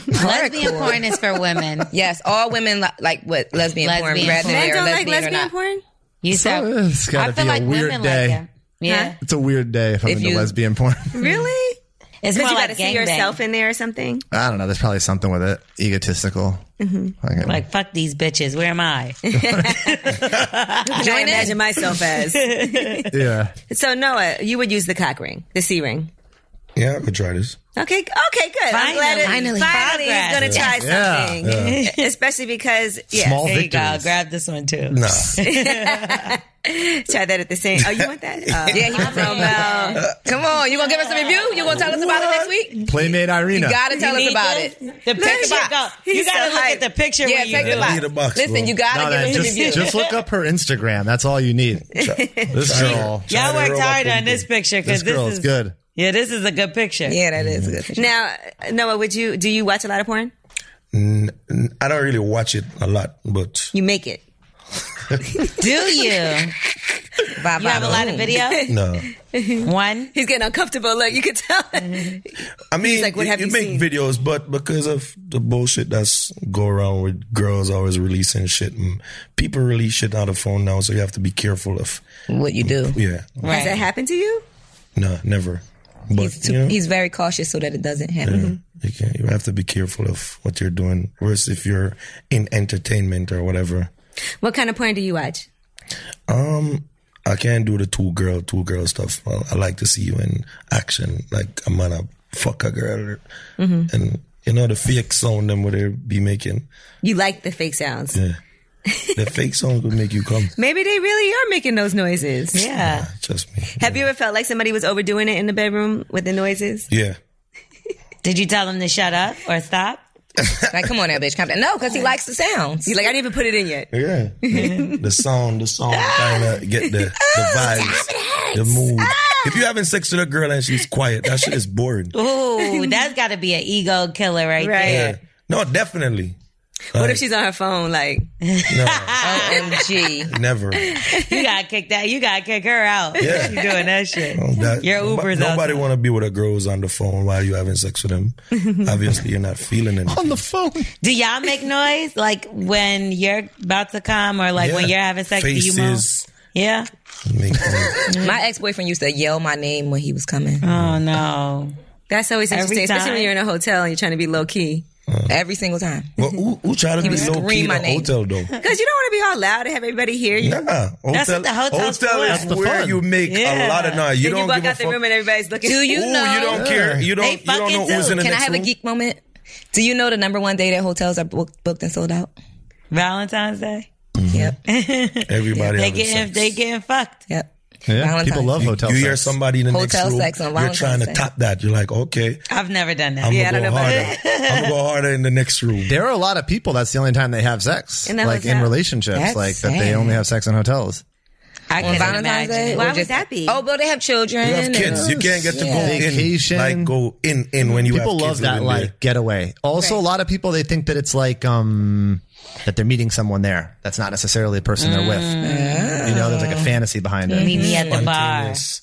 C: Lesbian porn is for women.
F: Yes, all women li- like what lesbian, porn,
C: Lesbian
F: rather
C: porn.
F: than
G: Men
F: they're
G: don't like
F: lesbian or
G: lesbian
F: not.
G: porn?
C: You said
D: it's gotta
C: I feel
D: be a
C: like
D: weird
C: women
D: day.
C: like that. Yeah,
D: It's a weird day if I'm
F: If
D: into
F: you-
D: lesbian porn.
G: Really?
C: it's more
G: Because you got
C: like
G: to see
C: gangbang.
G: yourself in there or something.
D: I don't know. There's probably something with it. Egotistical.
F: Mm-hmm.
D: Fucking-
C: Like fuck these bitches. Where am I?
G: Join I imagine myself as.
D: yeah.
G: so Noah, you would use the cock ring, the C ring.
E: Yeah, I could try this.
G: Okay, okay, good. I'm glad it,
C: Finally.
G: finally he's going to try
D: Yeah.
G: something. Especially because, yeah,
D: Small
C: There you go.
D: victories.
C: Grab this one too.
E: Nah.
G: try that at the same. Oh, you want that? Oh.
F: Yeah, he was so bad. Come on, you gonna give us a review? You gonna tell us about it next week?
D: Playmate Irina.
F: You gotta tell us about it.
C: The picture.
F: box.
C: Go. You
G: He's
C: gotta
G: so
C: look
G: hyped.
C: at the picture
F: Yeah,
C: when you
F: take
C: do
F: the
C: it.
F: box.
E: Need a box,
F: Listen,
E: bro.
F: you gotta
D: No,
F: give
D: that-
F: us a
D: just,
F: review.
D: just look up her Instagram. That's all you need. this girl.
C: Y'all
E: Try to
C: worked
E: roll up
C: hard on
E: into-
C: this picture because
D: This
C: this,
D: girl
C: is
D: is good.
C: Yeah, this is a good picture.
F: yeah, that is a good. picture.
G: Now, Noah, would you do you watch a lot of porn?
E: N- I don't really watch it a lot, but
G: You make it.
C: Do you?
F: Bye,
C: You have a lot of video.
E: no.
C: One.
G: He's getting uncomfortable. Look, you can tell.
E: I mean,
G: like, "What
E: you,
G: have
E: you
G: you
E: make
G: seen?"
E: videos, but because of the bullshit that's go around with girls always releasing shit, and people release shit on the phone now, so you have to be careful of.
F: Mm-hmm. What you do?
E: Yeah,
G: Has that happened to you?
E: no, never. But
F: He's, too,
E: you know,
F: he's very cautious so that it doesn't happen.
E: yeah, you, can, you have to be careful of what you're doing. Whereas if you're in entertainment or whatever,
G: What kind of porn do you watch?
E: um, I can't do the two girl, two girl stuff. I, I like to see you in action, like I'm gonna fuck a girl,
G: Mm-hmm.
E: and you know the fake sound them what they be making.
G: You like the fake sounds.
E: Yeah. The fake song would make you come.
G: Maybe they really are making those noises.
C: Yeah.
E: Trust me.
G: Have you ever felt like somebody was overdoing it in the bedroom with the noises?
E: Yeah.
C: Did you tell them to shut up or stop?
F: Mm-hmm. Like, come on now, bitch, calm down. No, because he likes the sounds.
G: You're like, I didn't even put it in yet.
E: Yeah. the sound, the sound kind of get the,
G: Oh,
E: the vibes, the mood.
G: Ah.
E: If you're having sex with a girl and she's quiet, that shit is boring.
C: Ooh, that's got to be an ego killer right,
G: Right.
C: there.
E: Yeah. No, definitely.
G: What if she's on her phone? Like,
C: Uh-uh.
F: OMG.
E: Never.
C: You gotta kick that. You gotta kick her out.
E: Yeah. Oh.
C: you doing that shit.
E: No, that-
C: Your
E: nobo-
C: Uber's
E: Nobody want to be with a girl who's on the phone while you're having sex with them. Obviously, you're not feeling anything.
D: On the phone.
C: Do y'all make noise like when you're about to come or like when
E: Yeah.
C: you're having sex?
E: Faces,
C: Do you moan? Yeah.
E: make-
F: My ex boyfriend used to yell my name when he was coming
C: Oh no.
G: that's always
C: Every
G: interesting, especially
C: time.
G: when you're in a hotel and you're trying to be low key.
E: Uh.
F: every single time.
E: But who, who try to be
F: would
E: low key
F: scream
E: in
F: my
E: a
F: name.
E: hotel though?
G: Because you don't want to be all loud and have everybody hear you.
E: Nah, hotel,
C: That's what the hotel's
E: hotel
C: for.
E: is
C: That's
D: the
E: where
D: fun.
E: you make a
C: Yeah.
E: lot of noise. You
G: Then
E: don't
G: you walk
E: give a
G: out the
E: fuck.
G: room and everybody's looking.
F: Do you
E: Ooh,
F: know?
E: you don't care. You
C: They
E: don't. You don't
C: fucking
E: know who's
C: do.
E: in the
F: Can I
E: next
F: have
E: room.
F: a geek moment? Do you know the number one date at hotels are booked, booked and sold out?
C: Valentine's Day.
E: Mm-hmm.
F: Yep.
E: Everybody
C: They
E: having
C: getting
E: sex.
C: they getting fucked.
F: Yep.
D: Yeah.
F: Valentine's.
D: People love hotel
E: you
D: sex.
E: hear somebody in the next
F: Hotel
E: room.
F: sex on
E: you're trying
F: Valentine's
E: to
F: Day.
E: top that. You're like, okay,
C: I've never done that.
E: I'm
G: Yeah, I
E: gonna
G: don't
E: go
G: know about
E: harder. I'm gonna go harder in the next room.
D: there are a lot of people that's the only time they have sex.
G: In the
D: like in
G: hotel.
D: relationships.
F: That's
D: like that they
F: sad.
D: only have sex in hotels.
C: I
F: On
C: can't
F: Valentine's
C: imagine.
F: Day?
C: it.
G: Why
F: Or
G: would that be?
F: Oh, but they have children.
E: You have kids. You can't get to go in,
D: Vacation.
E: like go in in when you
D: people
E: have
D: love
E: kids
D: that
E: living
D: like
E: there.
D: getaway. Also, a lot of people they think that it's like um that they're meeting someone there. That's not necessarily the person they're with. You know, there's like a fantasy behind it.
G: Mm.
C: Meet me at the bar.
E: Yes.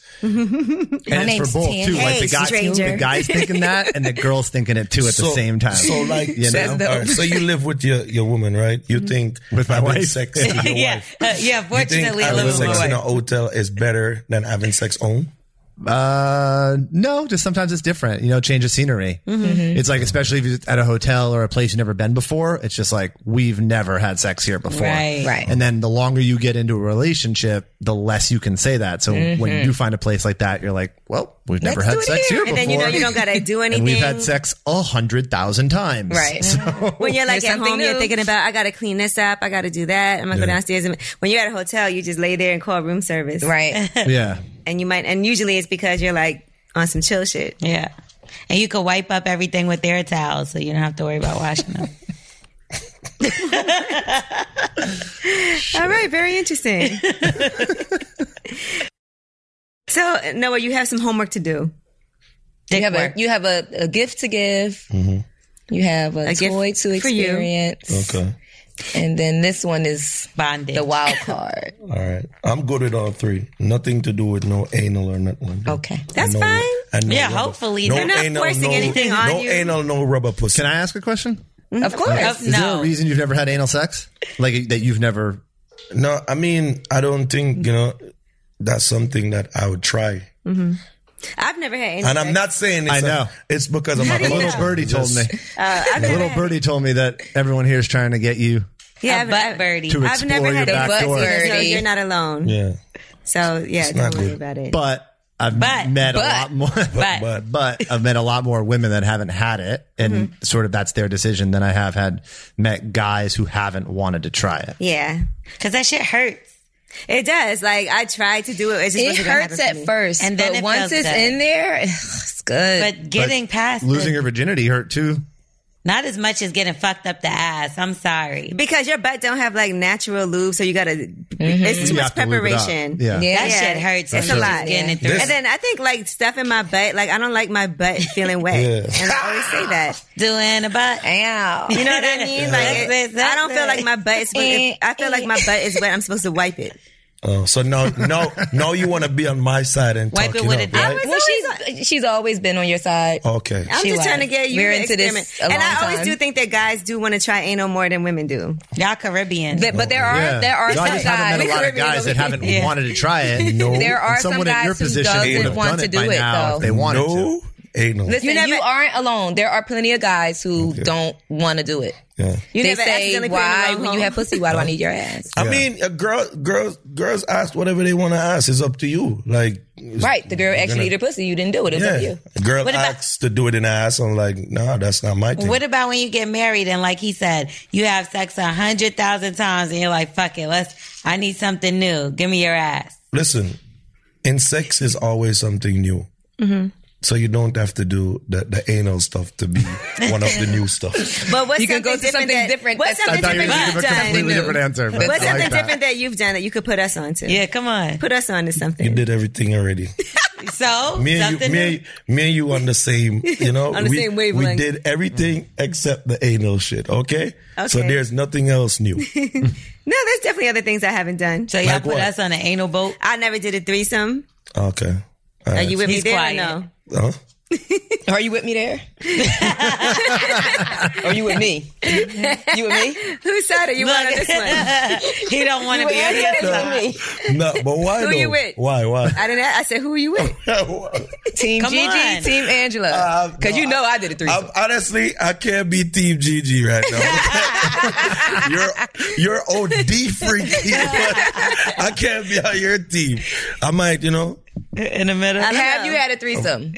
D: and
F: name's
D: it's for both
F: Tan.
D: too. like
G: Hey,
D: the guys,
G: stranger.
D: the guys thinking that, and the girls thinking it too at the
E: So-
D: same time.
E: So like you
D: know?
E: know, All right, so you live with your your woman, right? You
G: Mm-hmm.
E: think
D: With my
E: having
D: wife?
E: sex with your
C: Yeah,
E: wife.
C: uh, yeah.
E: You think
C: Fortunately, a
E: having
C: little
E: sex in a
C: more.
E: hotel is better than having sex home?
D: Uh, no, just sometimes it's different, you know, change of scenery.
G: Mm-hmm.
D: It's like, especially if you're at a hotel or a place you've never been before, it's just like, we've never had sex here before.
C: Right.
F: Right.
D: And then the longer you get into a relationship, the less you can say that. So when
G: Mm-hmm.
D: you do find a place like that, you're like, well, we've never
F: Let's
D: had
F: do it
D: sex
F: here.
D: here
G: And
D: before.
G: then you know you don't gotta do anything.
D: and we've had sex a hundred thousand times.
F: Right.
G: When you're like
F: There's
G: at
F: something
G: home, you're
F: new.
G: thinking about I gotta clean this up, I gotta do that, I'm gonna go downstairs. And when you're at a hotel, you just lay there and call room service,
F: Right.
D: Yeah.
G: And you might, and usually it's because you're like on some chill shit.
C: Yeah. And you could wipe up everything with their towels so you don't have to worry about washing them.
G: All right, very interesting. so Noah, you have some homework to do.
F: You have a
C: work.
F: you have a, a gift to give. You have a,
G: A gift
F: toy to
G: for you.
F: experience.
E: Mm-hmm. Okay.
F: And then this one is
C: Bondage.
F: the wild card.
E: All right. I'm good with all three. Nothing to do with no anal or nothing.
F: Okay.
G: That's fine.
E: And
C: Yeah, hopefully
E: No
C: they're
G: not
E: anal,
G: forcing
E: no,
G: anything
E: no
G: on you.
E: anal, no rubber pussy.
D: Can I ask a question?
F: Of course.
C: Of-
D: Is there a
C: no.
D: reason you've never had anal sex? Like that you've never,
E: No, I mean, I don't think, you know, that's something that I would try.
G: I've never had any.
E: And I'm not saying it's
D: I
E: a-
D: know.
E: it's because I'm a
D: little birdie told me,
G: I've never
D: little
G: had-
D: birdie told me that everyone here is trying to get you
G: yeah,
C: A
G: I've-
C: butt
G: I've-
C: birdie.
D: to
G: I've
D: explore
G: never
D: your
G: had
F: a
D: back
F: butt
D: door.
F: bird.
G: So
F: Birdie.
G: you're not alone.
E: Yeah.
G: So yeah,
E: not
G: don't worry
E: good.
G: about it.
D: But I've
C: But-
D: met a
F: but-
D: lot more.
C: but-
D: but but I've met a lot more women that haven't had it, and
F: Mm-hmm.
D: sort of that's their decision. Than I have had met guys who haven't wanted to try it.
G: yeah,
C: Because that shit hurts.
G: it does. Like I tried to do it. It, just
F: It
G: wasn't gonna
F: hurts
G: happen for
F: at
G: me.
F: first,
C: And
F: and
C: then
F: then
C: it
F: but once
C: feels
F: it's
C: good.
F: in there, it's good.
C: But getting past
D: Losing
C: it,
D: your virginity hurt too.
C: not as much as getting fucked up the ass. I'm sorry.
G: Because your butt don't have like natural lube, so you gotta.
C: Mm-hmm.
G: It's too
D: You
G: much
D: have to lube it up.
G: preparation.
D: Yeah.
F: Yeah.
C: That shit hurts.
G: It's
C: when
G: a
C: you're
G: lot.
C: Getting it
G: Yeah.
C: through.
G: And then I think like stuff in my butt, like I don't like my butt feeling wet, and I always say that.
C: doing a butt.
F: ow.
G: You know what I mean? Like it-
C: That's it, that's
G: I don't feel
C: it.
G: like my butt is. If I feel like my butt is wet. I'm supposed to wipe it.
E: Oh, so now, now, now you want to be on my side and
C: Wipe
E: talk
C: it
E: it
C: with
E: up,
C: a- I
E: right?
G: was
F: Well,
G: always
F: she's she's always been on your side.
D: Oh.
E: Okay.
G: I'm
F: She
G: just
F: was.
G: trying to get you
F: We're
G: to
F: into this
G: experiment.
F: a
G: and
F: long
G: I always
F: time.
G: do think that guys do want to try anal more than women do.
C: Y'all Caribbean.
F: But, but there are there are
D: So I
F: some
D: just haven't met a
F: guys.
D: lot of guys that haven't wanted to try it. no,
F: There are some
D: someone in
F: guys
D: your
F: who
D: position
F: doesn't
D: would have
F: want
D: done
F: to
D: it
F: do
D: by
F: it,
D: now
F: though.
D: if they wanted
E: no
D: to.
E: anal.
F: Listen, you,
G: never-
F: aren't alone. There are plenty of guys who don't want to do it.
E: yeah.
G: You
F: they
G: never
F: say,
G: accidentally put it in the
F: "Why?
G: wrong
F: When you
G: hole."
F: have pussy, why do I need your ass?"
E: I mean, a girl, girls, girls ask whatever they want to ask. It's up to you. Like, it's-
F: Right? The girl
E: you're
F: actually
E: gonna-
F: eat her pussy. You didn't do it. It was up to
E: Yeah,
F: you.
E: a girl
C: What about-
E: asks to do it in the ass. I'm like, nah, that's not my thing.
C: What about when you get married and like he said, you have sex a hundred thousand times and you're like, fuck it, let's I need something new. Give me your ass.
E: Listen, in sex is always something new.
G: Mm-hmm.
E: So you don't have to do the, the anal stuff to be one of the new stuff.
G: But what's
F: You can
G: something
F: go to
G: different
F: something
G: that-
F: different
G: What's
F: that's-
G: something
D: I thought you were
G: different
D: going to give
G: you've
D: a completely
G: done?
D: different answer. But I
G: What's something
D: like that.
G: different that you've done that you could put us onto?
C: Yeah, come on.
G: Put us on to something.
E: You did everything already.
C: So
E: Me and, you,
C: something
E: me,
C: new.
E: and you- me and you on the same, you know,
G: On the
E: we,
G: same
E: we
G: wavelength.
E: did everything except the anal shit, okay? So
G: Okay.
E: there's nothing else new.
G: No, there's definitely other things I haven't done.
C: so y'all
E: Like
C: put
E: what?
C: us on an anal boat.
G: I never did a threesome.
E: Okay. All
G: Are
E: right.
G: you with me
C: He's
G: there? or
C: quiet.
G: No.
E: Huh?
F: Are you with me there? are you with me? You with me?
G: Whose side are you on on this one?
C: he don't want to be on the other side.
F: me?
E: No, but why
G: Who
E: though?
G: you with?
E: Why, why?
G: I didn't. I said, "Who are you with?"
F: Team
C: Come
F: Gigi,
C: on.
F: Team Angela.
E: Uh,
F: Because
E: no,
F: you know I, did it three.
E: I'm, honestly, I can't be Team Gigi right now. you're you're OD freaky. but I can't be on your team. I might, you know.
C: In the middle.
F: Have you had a threesome?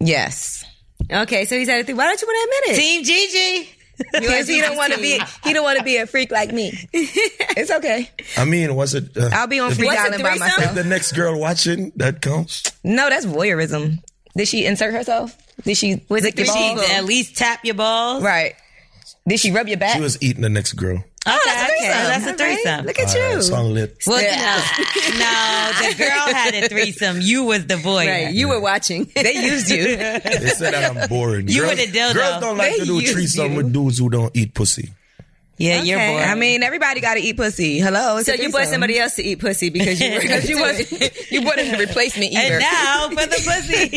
F: Yes.
G: Okay, so he's at a three. Why don't you want to admit it?
C: Team Gigi.
F: Because he don't want to be he don't want to be a freak like me. It's okay.
E: I mean, was it? Uh,
F: I'll be on
E: if-
F: Freak
G: What's a
F: Island by
G: threesome?
F: myself.
E: The next girl watching that counts.
F: No, that's voyeurism. Did she insert herself? Did she was it
G: three
F: balls?
G: people?
C: At least tap your balls.
F: Right. Did she rub your back? Oh,
E: She was eating the next girl.
C: Okay, okay. That's
G: Oh,
C: a
G: threesome.
C: threesome.
G: Look at
E: Alright,
G: you.
E: song lit.
C: Well,
F: Yeah.
C: no, no, the girl had a threesome. You was the voyeur.
G: Right, you were watching.
F: Oh, they used you.
E: They said that I'm boring.
C: You
E: Girls-
C: with a dildo.
E: Girls don't like
F: They
E: to do
F: use
E: threesome
F: you.
E: with dudes who don't eat pussy.
C: Yeah, you're
G: Okay,
C: bored.
F: I mean, everybody got to eat pussy. Hello. it's
G: so
F: a
G: you bought
F: threesome.
G: somebody else to eat pussy because you were.
F: because you was you bought a replacement eater.
C: and now for the pussy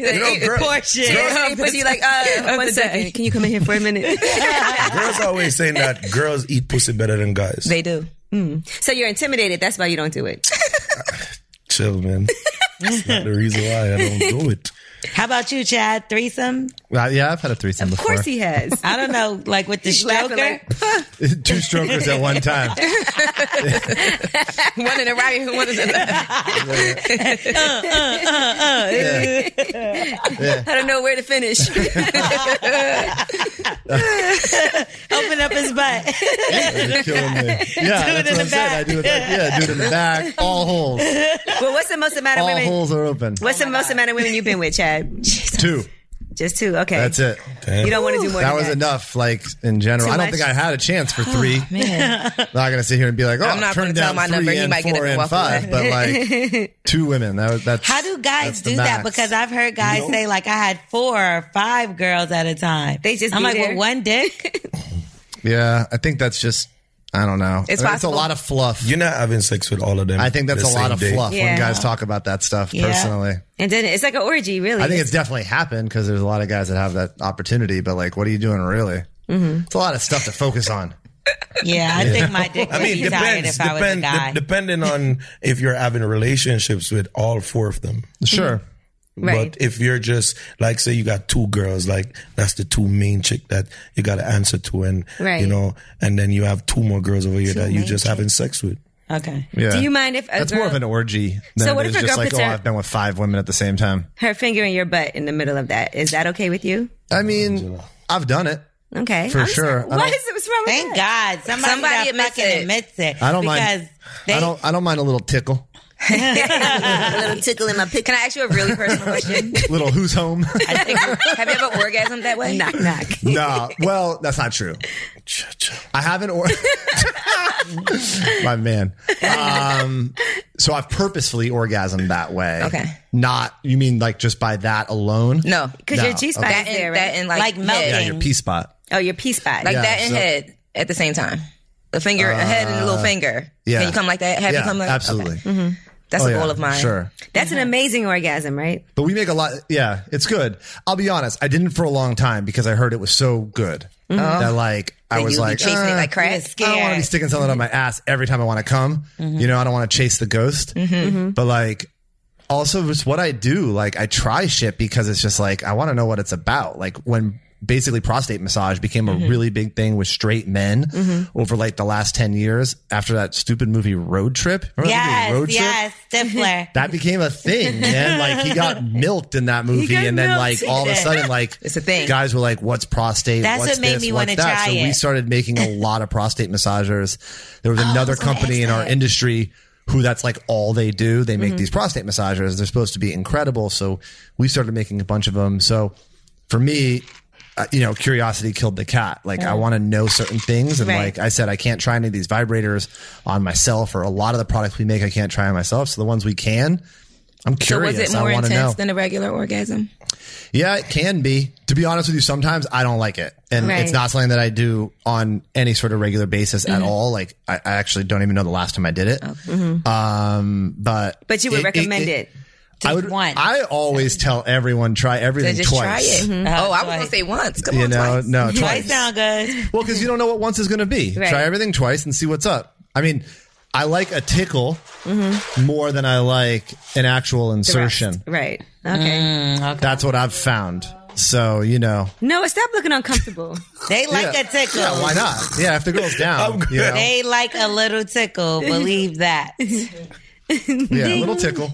E: You know, girl-
C: portion.
G: Eat pussy like uh, one second. Can you come in here for a minute?
E: Girls always saying that girls eat pussy better than guys.
F: they do.
G: Hmm. so you're intimidated. That's why you don't do it.
E: Chill, man. It's not the reason why I don't do it.
C: How about you, Chad? Threesome?
D: Uh, yeah, I've had a threesome
G: Of
D: before.
G: course he has.
C: I don't know, like with the stroker.
G: laughing like-
D: Two strokers at one time.
F: one in the right, one in the left.
D: Yeah.
G: I don't know where to finish.
C: Open up his butt.
D: You're killing me.
C: Do
D: Yeah,
C: it in
D: that's what
C: the
D: I'm saying. I
C: back.
D: do it. Like, yeah, do it in the back. All holes.
G: well, what's the most amount of
D: All
G: women?
D: holes are open.
G: What's the most amount of women you've been with, Chad?
D: Two.
G: Just two. Okay.
D: That's it.
E: Damn.
G: You don't want to do more.
D: That
G: than
D: was
G: that.
D: enough. Like in general,
G: Too
D: I don't
G: much?
D: think I had a chance for three. Not gonna sit here and be like, oh,
F: I'm not
D: turn
F: gonna tell
D: down
F: my
D: three
F: number. He
D: and
F: might get
D: four
F: up and
D: and
F: walk
D: five, but like two women. That was that's.
C: How do
D: that's
C: guys
D: the
C: do that?
D: max.
C: Because I've heard guys say like I had four or five girls at a time.
G: They just
C: I'm
G: be
C: like,
G: there.
C: well, one dick.
D: yeah, I think that's just I don't know.
F: It's
D: I mean,
F: possible.
D: a lot of fluff.
E: You're not having sex with all of them.
D: I think that's
E: the
D: a lot
E: same
D: of
E: day.
D: fluff
G: Yeah.
D: when guys talk about that stuff.
C: Yeah.
D: Personally,
G: And then it's like an orgy, really.
D: I think it's definitely happened because there's a lot of guys that have that opportunity. But like, what are you doing really? It's a lot of stuff to focus on.
C: Yeah, I think my dick would
E: I mean,
C: be tired if
E: depends.
C: I was a
E: Depend,
C: guy.
E: de- depending on if you're having relationships with all four of them.
D: Sure.
G: Right.
E: But if you're just like, say you got two girls, like that's the two main chick that you got to answer to, and
G: Right.
E: you know, and then you have two more girls over here that you just having sex with.
C: okay.
D: Yeah.
G: Do you mind if a
D: That's
G: girl,
D: more of an orgy than
G: So what
D: it is
G: if a
D: just
G: girl
D: like,
G: puts
D: oh,
G: her-
D: I've been with five women at the same time.
G: her finger in your butt in the middle of that? Is that okay with you?
D: I mean, I've done it.
G: Okay.
D: For
G: I'm
D: sure.
G: Sorry.
D: I
G: What
D: don't-
G: is what's wrong with
C: Thank
G: that?
C: God. Somebody,
F: Somebody
C: that
F: admits
C: fucking
F: it.
C: admits it.
D: I don't
C: because
D: mind.
C: They,
D: I don't. I don't mind a little tickle,
G: A little tickle in my pic.
F: Can I ask you a really personal question?
D: little who's home.
F: Have you ever orgasmed Um, that way?
G: Knock knock.
D: no, well, that's not true. I haven't. Or- My man. Um, so I've purposefully orgasmed that way.
F: Okay.
D: Not you mean like just by that alone?
F: No,
G: Because
D: No,
G: your G spot
D: okay.
G: is
F: that
G: there,
F: and
G: right?
F: that and like,
C: Like
F: head.
C: melting.
D: Yeah, your P spot.
G: oh, your P spot.
F: like
D: Yeah,
F: that and
D: so-
F: head at the same time. The finger, a head, and a little finger.
D: yeah.
F: Can you come like that? Have
D: yeah,
F: you come like
D: absolutely.
F: Okay. Mm-hmm. That's
D: Oh,
F: a
D: yeah,
F: goal of mine.
D: Sure.
G: That's an amazing orgasm, right?
D: But we make a lot. Yeah, it's good. I'll be honest. I didn't for a long time because I heard it was so good that like I
F: Then
D: was
F: Mm-hmm. you
D: like
F: be chasing
D: "Uh,
F: it like
C: You're
F: crack.
C: scared.
D: I don't want to be sticking something on my ass every time I want to come.
F: Mm-hmm.
D: You know, I don't want to chase the ghost. But like, also it's what I do. Like, I try shit because it's just like I want to know what it's about. Like when basically prostate massage became a really big thing with straight men over like the last ten years after that stupid movie Road Trip. Remember that movie,
C: Yes, yes, Stifler.
D: That became a thing, man. Like he got milked in that movie,
G: got
D: and then
G: milked.
D: like all of a sudden, like
F: It's a thing.
D: Guys were like, "What's prostate?
C: That's
D: What's
C: what made
D: this?
C: me
D: What's
C: wanna
D: that?"
C: try
D: so we
C: it. Oh,
D: started making a lot of prostate massagers. There was another company in our industry who that's like all they do. They make
C: Mm-hmm.
D: these prostate massagers. They're supposed to be incredible. So we started making a bunch of them. So for me. Uh, you know, curiosity killed the cat. Like, I want to know certain things, and
G: Right.
D: like I said, I can't try any of these vibrators on myself, or a lot of the products we make, I can't try on myself. So the ones we can, I'm
F: So
D: curious.
F: was it
D: I
F: more
D: want to know.
F: intense than a regular orgasm?
D: yeah, it can be. To be honest with you, sometimes I don't like it, and
G: Right.
D: it's not something that I do on any sort of regular basis at all. Like I, I actually don't even know the last time I did it. Um, but
G: But you would recommend it.
D: I would.
C: once.
D: I always tell everyone try everything
F: Then just
D: twice.
F: try it.
C: Oh,
F: Oh, I was
C: twice.
F: gonna say once. Come
D: You
F: on,
D: know,
F: twice.
D: no,
C: Twice sound good.
D: Well, because you don't know what once is going to be. Try everything twice and see what's up. I mean, I like a tickle more than I like an actual insertion.
G: Right. Okay.
F: Mm.
D: That's what I've found. So you know,
G: No, stop looking uncomfortable.
C: They like
D: Yeah.
C: a tickle.
D: yeah, why not? Yeah, if the girl's down, you know,
C: They like a little tickle. Believe that.
D: yeah, a little tickle.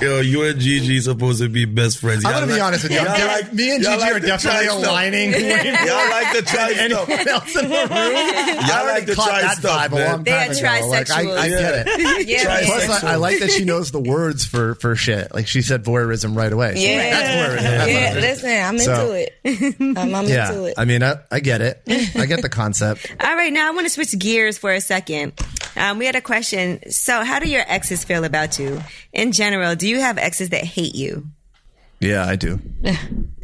E: Yo, you and Gigi supposed to be best friends.
D: I'm gonna be honest with you. I'm de- me and
E: y'all
D: Gigi
E: like
D: are
E: to
D: definitely
E: try stuff.
D: aligning. way more
E: Y'all like to try
D: than
E: stuff.
D: anyone else in the room. I
E: Y'all
D: already
E: like to
D: caught
E: try
D: that
E: stuff,
D: vibe a
E: man.
D: long
E: They
D: time
G: are
D: ago. Like, I, I get it.
F: Yeah.
D: Plus, I, I like that she knows the words for for shit. Like she said voyeurism right away. She's like,
F: Yeah.
D: that's voyeurism. That's
F: Yeah,
D: voyeurism."
F: listen, I'm into
D: So-
F: it. I'm, I'm into
D: Yeah,
F: it.
D: I mean, I, I get it. I get the concept.
G: All right, now I want to switch gears for a second. Um, we had a question. So, how do your exes feel about you in general? Do you have exes that hate you?
D: Yeah, I do,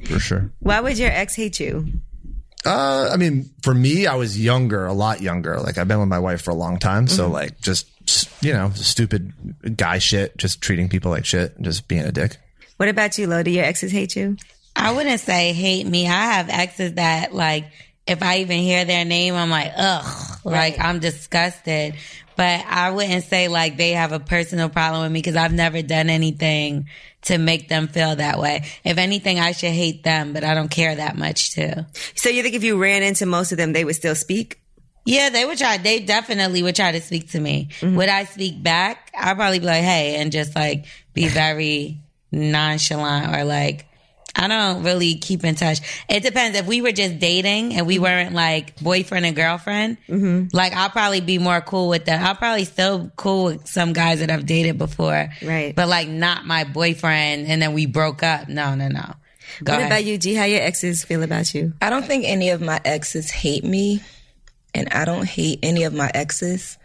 D: for sure.
G: Why would your ex hate you?
D: Uh, I mean, for me, I was younger, a lot younger. Like I've been with my wife for a long time,
F: Mm-hmm.
D: so like just you know, stupid guy shit, just treating people like shit, and just being a dick.
G: What about you, Lo? Do your exes hate you?
C: I wouldn't say hate me. I have exes that like if I even hear their name, I'm like, ugh. Like I'm disgusted. But I wouldn't say like they have a personal problem with me because I've never done anything to make them feel that way. If anything, I should hate them, but I don't care that much too.
G: So you think if you ran into most of them, they would still speak?
C: Yeah, they would try. They definitely would try to speak to me. Would I speak back? I'd probably be like, hey, and just like be very nonchalant or like, I don't really keep in touch. It depends. If we were just dating and we weren't like boyfriend and girlfriend, like I'll probably be more cool with them. I'll probably still cool with some guys that I've dated before.
G: Right.
C: But like not my boyfriend and then we broke up. No, no, no. Go
G: what
C: ahead.
G: about you, G? How your exes feel about you?
F: I don't think any of my exes hate me, and I don't hate any of my exes.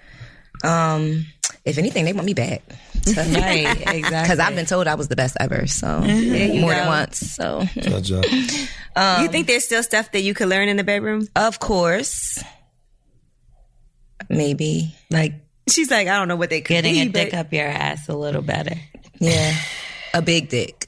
F: Um, if anything, they want me back
C: Right, exactly.
F: because I've been told I was the best ever. So more than once. So
E: Good job.
C: Um,
G: you think there's still stuff that you could learn in the bedroom?
F: of course, maybe
C: like
G: She's like, I don't know what they could
C: getting
G: be,
C: a
G: but-
C: dick up your ass a little better.
F: yeah, a big dick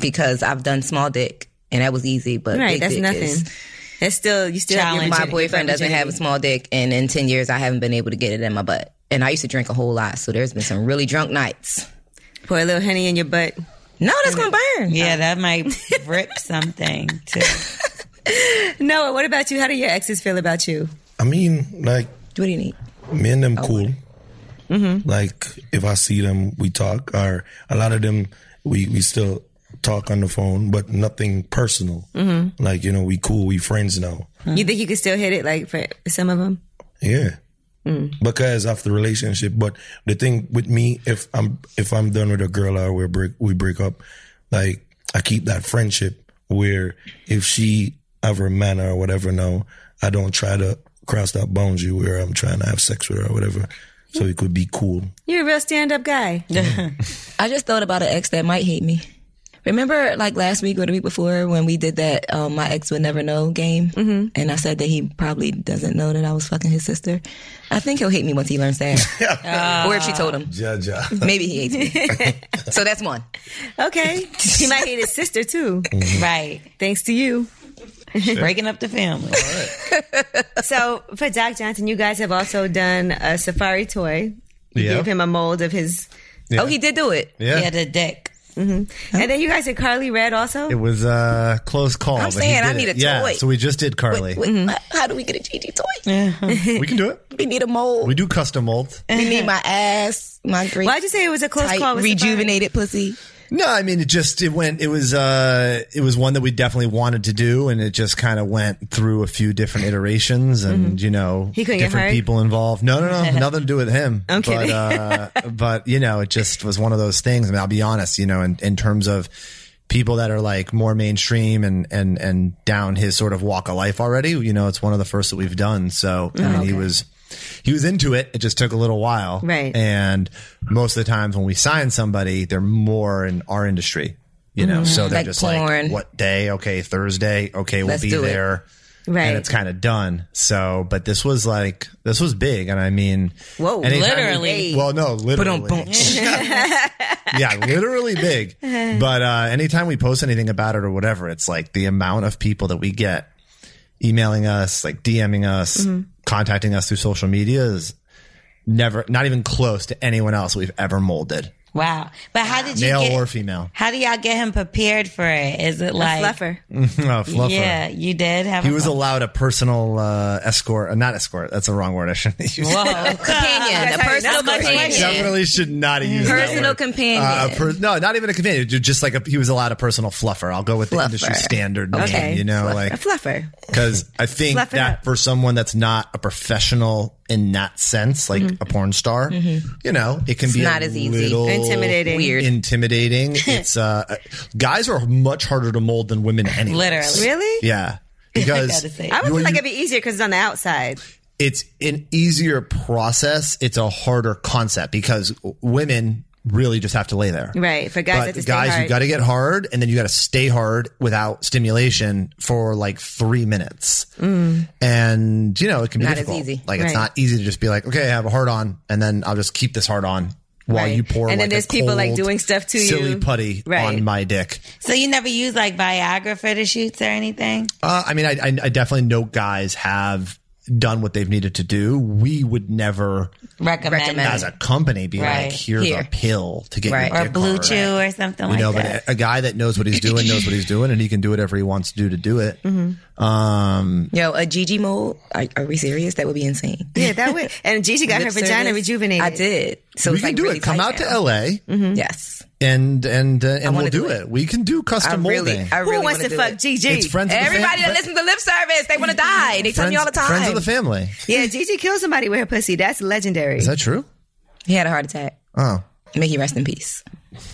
F: because I've done small dick and that was easy, but big
G: Right, that's
F: dick
G: nothing.
F: is-
G: That's still you still have your
C: Challenge.
F: my
G: virgin-
F: boyfriend
G: your
F: doesn't have a
G: virginity.
F: small dick, and in ten years I haven't been able to get it in my butt. And I used to drink a whole lot, so there's been some really drunk nights.
G: Pour a little honey in your butt.
F: No, that's gonna burn.
G: Um,
C: Yeah, that might rip something too.
G: Noah, what about you? How do your exes feel about you?
E: I mean, like
F: What do you need? Oh,
E: me and them cool. Like if I see them, we talk. Or a lot of them, we we still talk on the phone, but nothing personal. Like you know, we cool, we friends now.
G: You think you could still hit it like for some of them?
E: Yeah. Because of the relationship, but the thing with me, if I'm if I'm done with a girl or we break we break up, like I keep that friendship where if she have her manner or whatever now, I don't try to cross that boundary where I'm trying to have sex with her or whatever. So it could be cool.
G: You're a real stand-up guy.
F: I just thought about an ex that might hate me. Remember, like last week or the week before, when we did that um, "My Ex Would Never Know" game, mm-hmm. and I said that he probably doesn't know that I was fucking his sister. I think he'll hate me once he learns that, or if she told him.
E: Yeah, yeah.
F: Maybe he hates me. so that's one.
G: Okay, he might hate his sister too.
D: Mm-hmm.
C: Right.
G: Thanks to you.
C: Breaking up the family.
G: So for Doc Johnson, you guys have also done a safari toy. You
D: Yeah.
G: gave him a mold of his,
F: Oh, he did do it.
D: Yeah.
C: Yeah, the dick.
G: and then you guys did Carly Red also.
D: It was a close call.
F: I'm
D: but he
F: saying I
D: did
F: need
D: it.
F: a
D: Yeah,
F: toy.
D: so we just did Carly.
F: Wait, How do we get a Gigi toy?
D: We can do it.
F: We need a mold.
D: We do custom molds.
F: We need my ass, my great,
G: Why'd you say it was a close
F: tight,
G: call? With
F: rejuvenated pussy.
D: No, I mean it just it went it was uh it was one that we definitely wanted to do and it just kind of went through a few different iterations and you know
G: Mm-hmm. He couldn't get
D: different
G: hurt?
D: people involved. No, no, no, nothing to do with him.
G: I'm
D: but
G: kidding.
D: uh but you know it just was one of those things. I mean I'll be honest, you know, in in terms of people that are like more mainstream and and and down his sort of walk of life already, you know, it's one of the first that we've done. So,
G: Oh,
D: I mean he was he was into it. It just took a little while.
G: Right.
D: And most of the times when we sign somebody, they're more in our industry, you know. So they're
F: Mm-hmm. Like
D: just
F: porn.
D: like, what day? Okay, Thursday. Okay, we'll
F: Let's
D: be
F: do it.
D: there.
G: Right.
D: And it's kind of done. So, but this was like this was big, and I mean,
G: Whoa,
D: anytime we-
G: literally.
D: well, no,
F: Boom,
D: literally.
F: boom.
D: yeah, literally big. But uh, anytime we post anything about it or whatever, it's like the amount of people that we get emailing us, like DMing us, contacting us through social media is never, not even close to anyone else we've ever molded,
C: Wow. But how did you
D: male
C: get,
D: or female.
C: How do y'all get him prepared for it? Is it like
G: Fluffer.
D: oh, fluffer.
C: Yeah, you did have
D: He
C: a
D: was
C: fluff-
D: allowed a personal uh, escort, uh, not escort. That's the wrong word. I shouldn't use.
C: Whoa.
F: Companion, a personal companion.
D: Definitely should not have used that
F: Personal
D: word.
F: companion.
D: Uh, a per- no, not even a companion. ju- Just like a, he was allowed a personal fluffer. I'll go with the
F: Fluffer.
D: industry standard
G: Okay.
D: name. You know,
G: Fluffer.
D: like
G: a fluffer.
D: because I think
G: Fluff it
D: that
G: up.
D: for someone that's not a professional in that sense, like a porn star, you know, it can be
F: not
D: a
F: as easy.
D: little
G: Intimidating. Weird.
D: Intimidating. it's uh, guys are much harder to mold than women. Anyway,
C: Literally.
G: Really?
D: yeah, because
C: gotta say.
G: I would
D: you're-
G: feel like it'd be easier because it's on the outside.
D: it's an easier process. It's a harder concept because w- women really just have to lay there.
G: Right, for guys,
D: but
G: it's a stay
D: guys, you
G: hard.
D: got to get hard, and then you got to stay hard without stimulation for like three minutes.
G: Mm.
D: And you know, it can be
F: Not as
D: difficult.
F: easy.
D: Like it's
G: Right.
D: not easy to just be like, okay, I have a hard on, and then I'll just keep this hard on while
G: Right.
D: you pour.
G: And then
D: like, a
G: there's people, like,
D: cold,
G: doing stuff to
D: silly
G: you.
D: putty
G: Right.
D: on my dick.
C: So you never use like Viagra for the shoots or anything?
D: Uh, I mean, I, I, I definitely know guys have done what they've needed to do, we would never,
C: Recommend.
D: as a company, be
C: Right.
D: like, "Here's
F: Here.
D: a pill to get
F: Right.
D: your
C: or
D: dick
C: Blue
D: hard."
C: Chew or something
D: You
C: like
D: know,
C: that.
D: but a guy that knows what he's doing knows what he's doing, and he can do whatever he wants to do to do it.
F: Mm-hmm.
D: Um,
F: Yo, a Gigi mold? Are, are we serious? That would be insane.
G: Yeah, that way. And Gigi got her
F: Lip
G: vagina
F: service.
G: rejuvenated.
F: I did. So
D: we
F: it's
D: can
F: like
D: do
F: really
D: it. Come
F: tight
D: out
F: now. Mm-hmm.
D: to L.A.
C: Mm-hmm.
F: Yes.
D: and and uh, and we'll
F: wanna
D: do,
F: do
D: it.
F: it.
D: We can do
F: I
D: custom
F: really,
D: molding.
F: I really
G: Who wants
F: wanna
G: to
F: do
G: fuck
F: it.
G: Gigi?
D: It's friends of the fam-
F: Everybody that listens to lip service, they want to die. They tell me all the time.
D: Friends of the family.
G: Yeah, Gigi killed somebody with her pussy. That's legendary.
D: Is that true?
F: he had a heart attack.
D: Oh,
F: May he rest in peace.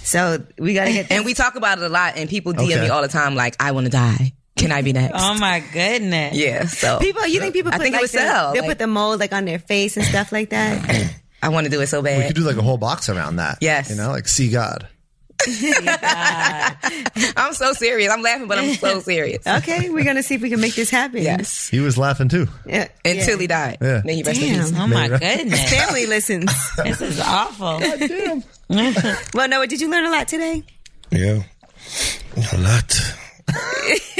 G: so we gotta get.
F: And we talk about it a lot, and people DM
D: Okay.
F: me all the time, like, I want to die. Can I be next?
G: Um,
C: Oh my goodness.
F: yeah. So
G: people. You think people?
F: I
G: Put
F: think it
G: like
F: would
G: the-
F: sell,
G: They
F: like-
G: put the mold like on their face and stuff like that.
F: I want to do it so bad.
D: we could do like a whole box around that.
F: Yes.
D: you know, like see God.
F: I'm so serious. I'm laughing, but I'm so serious.
G: okay, we're gonna see if we can make this happen.
F: Yes.
D: He was laughing too.
G: Yeah.
F: Until he died.
D: Yeah.
F: May he rest in peace.
G: Damn.
C: Oh my goodness.
G: Family listens.
C: this is awful.
G: Well, Noah, did you learn a lot today?
E: Yeah. A lot.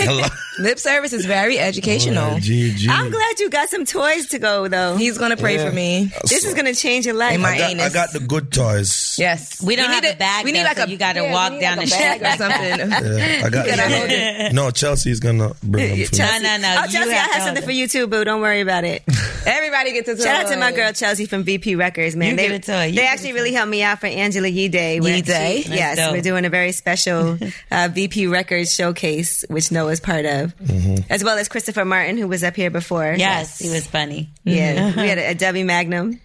E: A lot.
F: Lip service is very educational.
E: GG.
D: Mm.
G: I'm glad you got some toys to go though.
F: He's going to pray for me.
G: this is gonna change your life.
F: And my
E: I got, I
F: anus.
E: got the good toys.
F: Yes.
C: We don't have a bag, though, so you gotta walk
F: we need
C: down
F: like
C: the
F: a bag or something.
E: Yeah, I got
F: hold
E: No, Chelsea's gonna bring them for
C: No,
E: me.
C: no, no.
G: Oh,
C: you
G: Chelsea, I
C: to
G: have
C: hold
G: something
C: it.
G: for you too, boo. Don't worry about it.
F: Everybody gets a
G: Shout out
F: toy.
G: to my girl Chelsea from VP Records, man.
C: You
G: they
C: give it to her. You
G: they
C: give
G: actually really helped me out for Angela Yee Day. We're
F: Yee
G: actually-
F: Day?
C: That's
G: Yes,
C: dope.
G: we're doing a very special uh, VP Records showcase, which Noah's part of, as well as Christopher Martin, who was up here before.
C: Yes, he was funny.
G: Yeah, we had a, a Debbie Magnum.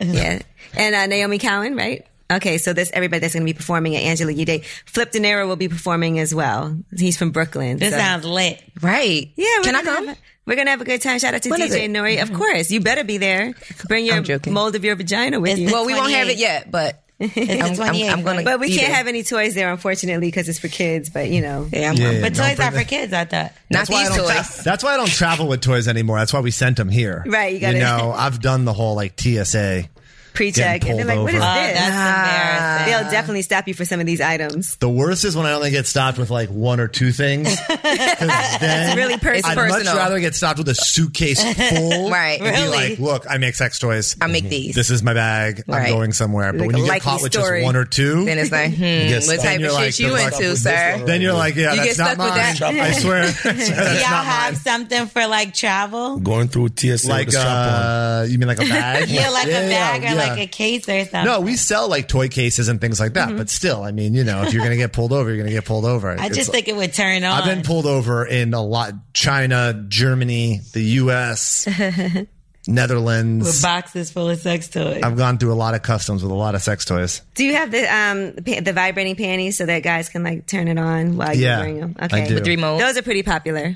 G: yeah, and uh, Naomi Cowan, right? Okay, so this everybody that's going to be performing at Angela Yee Day. Flip De Niro will be performing as well. He's from Brooklyn.
C: This
G: so-
C: sounds lit.
F: Right.
G: yeah, we're
F: Can I
G: gonna
F: come?
G: have a- we're gonna have a good time. Shout out to
F: When is
G: DJ
F: it? Mm-hmm.
G: Nori. Of course, you better be there. Bring your
F: I'm joking.
G: mold of your vagina with
C: It's
G: you.
C: the-
F: Well, we won't have
C: 28th.
F: it yet, but
C: It's
F: I'm,
C: the
F: I'm,
C: 28th.
F: I'm gonna.
G: but we
F: be
G: can't
F: there.
G: have any toys there, unfortunately, because it's for kids. But you know,
F: Yeah, I'm,
D: Yeah, yeah,
C: But
D: don't
C: toys
D: bring
C: are for
D: the-
C: kids, I thought.
F: not
D: why I
F: these
D: don't tra-
F: toys.
D: that's why I don't travel with toys anymore. That's why we sent them here.
G: Right, you gotta-
D: You know, I've done the whole like TSA.
G: pre-check,
D: Getting
G: and they're like, "What is
D: pulled
C: Oh,
D: over.
G: this?"
C: that's
F: Ah.
C: embarrassing.
G: They'll definitely stop you for some of these items.
D: The worst is when I only get stopped with like one or two things. 'Cause then
G: really per-
F: It's
D: I'd
F: personal.
D: much rather get stopped with a suitcase full.
F: Right.
D: and be
F: Really?
D: like, look, I make sex toys.
F: I make these.
D: This is my bag.
F: Right.
D: I'm going somewhere. But
G: Like
D: when
G: a
D: you get
G: likely
D: caught with
G: story.
D: just one or two,
F: then it's like, hmm,
E: Yes.
F: what
E: Then
F: type
D: you're
F: of
D: like,
F: shit you
D: the fuck
E: with
F: into,
E: this
F: sir?
E: one.
D: then you're like, yeah,
F: You
D: that's
F: get
D: not
F: stuck with
D: mine.
F: that.
D: I swear, that's
C: Do y'all
D: not
C: have
D: mine.
C: something for like travel?
E: Going through TSA
D: Like,
E: with a strap on.
D: uh, you mean like a bag?
C: Yeah, like a bag or
D: yeah.
C: like a case or something.
D: No, we sell like toy cases and things like that. But still, I mean, you know, if you're gonna get pulled over, you're gonna get pulled over.
C: I
D: It's-
C: just think it would turn on.
D: I've been pulled over in a lot: China, Germany, the U.S.,
C: with
D: Netherlands.
C: boxes full of sex toys.
D: I've gone through a lot of customs with a lot of sex toys.
G: Do you have the um pa- the vibrating panties so that guys can like turn it on while you're
D: Yeah,
G: wearing them?
D: I
G: Okay,
D: do. With
F: three molds?
G: Those are pretty popular.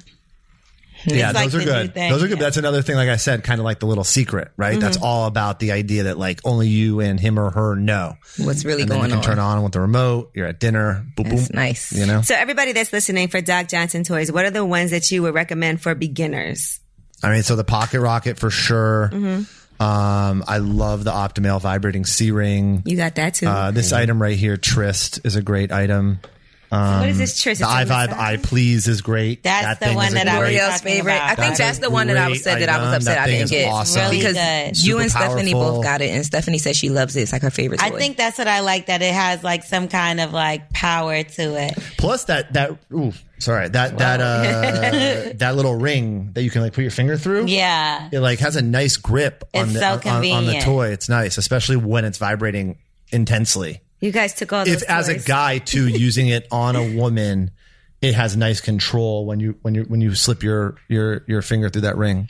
D: yeah,
C: like
D: those are
C: the new
D: good.
C: thing,
D: Those are good.
C: yeah.
D: That's another thing. Like I said, kind of like the little secret, right? That's all about the idea that like only you and him or her know.
F: What's really
D: And then you
F: going
D: can
F: on?
D: turn on with the remote. You're at dinner. Boom, boom.
F: It's nice.
D: You know,
G: So everybody that's listening for Doc Johnson toys, what are the ones that you would recommend for beginners?
D: I mean, so the pocket rocket for sure. Um, I love the Optimale vibrating C ring.
G: You got that too.
D: Uh, this item right here, Trist, is a great item. Um,
G: what is this? Tris?
D: The I vibe, I please is great.
C: That's the
D: thing
C: one
D: is a
C: that I
D: great-
C: was
F: L'Oreal's
C: talking
F: favorite.
C: about.
F: I think
C: That's a
F: that's the one that I was said that I was
D: great
F: upset I
D: item. That
F: didn't
D: thing is
F: get
D: awesome.
C: Really
F: because
C: good.
F: you and
D: Super
F: Stephanie
D: powerful.
F: both got it, and Stephanie says she loves it. It's like her favorite. Toy.
C: I think that's what I like that it has like some kind of like power to it.
D: Plus that that ooh, sorry that that uh that little ring that you can like put your finger through.
C: Yeah.
D: it like has a nice grip on
C: It's
D: the
C: so
D: on- on, on the
C: convenient.
D: toy. It's nice, especially when it's vibrating intensely.
G: you guys took all those
D: If as a
G: toys.
D: guy too using it on a woman, it has nice control when you when you when you slip your your your finger through that ring.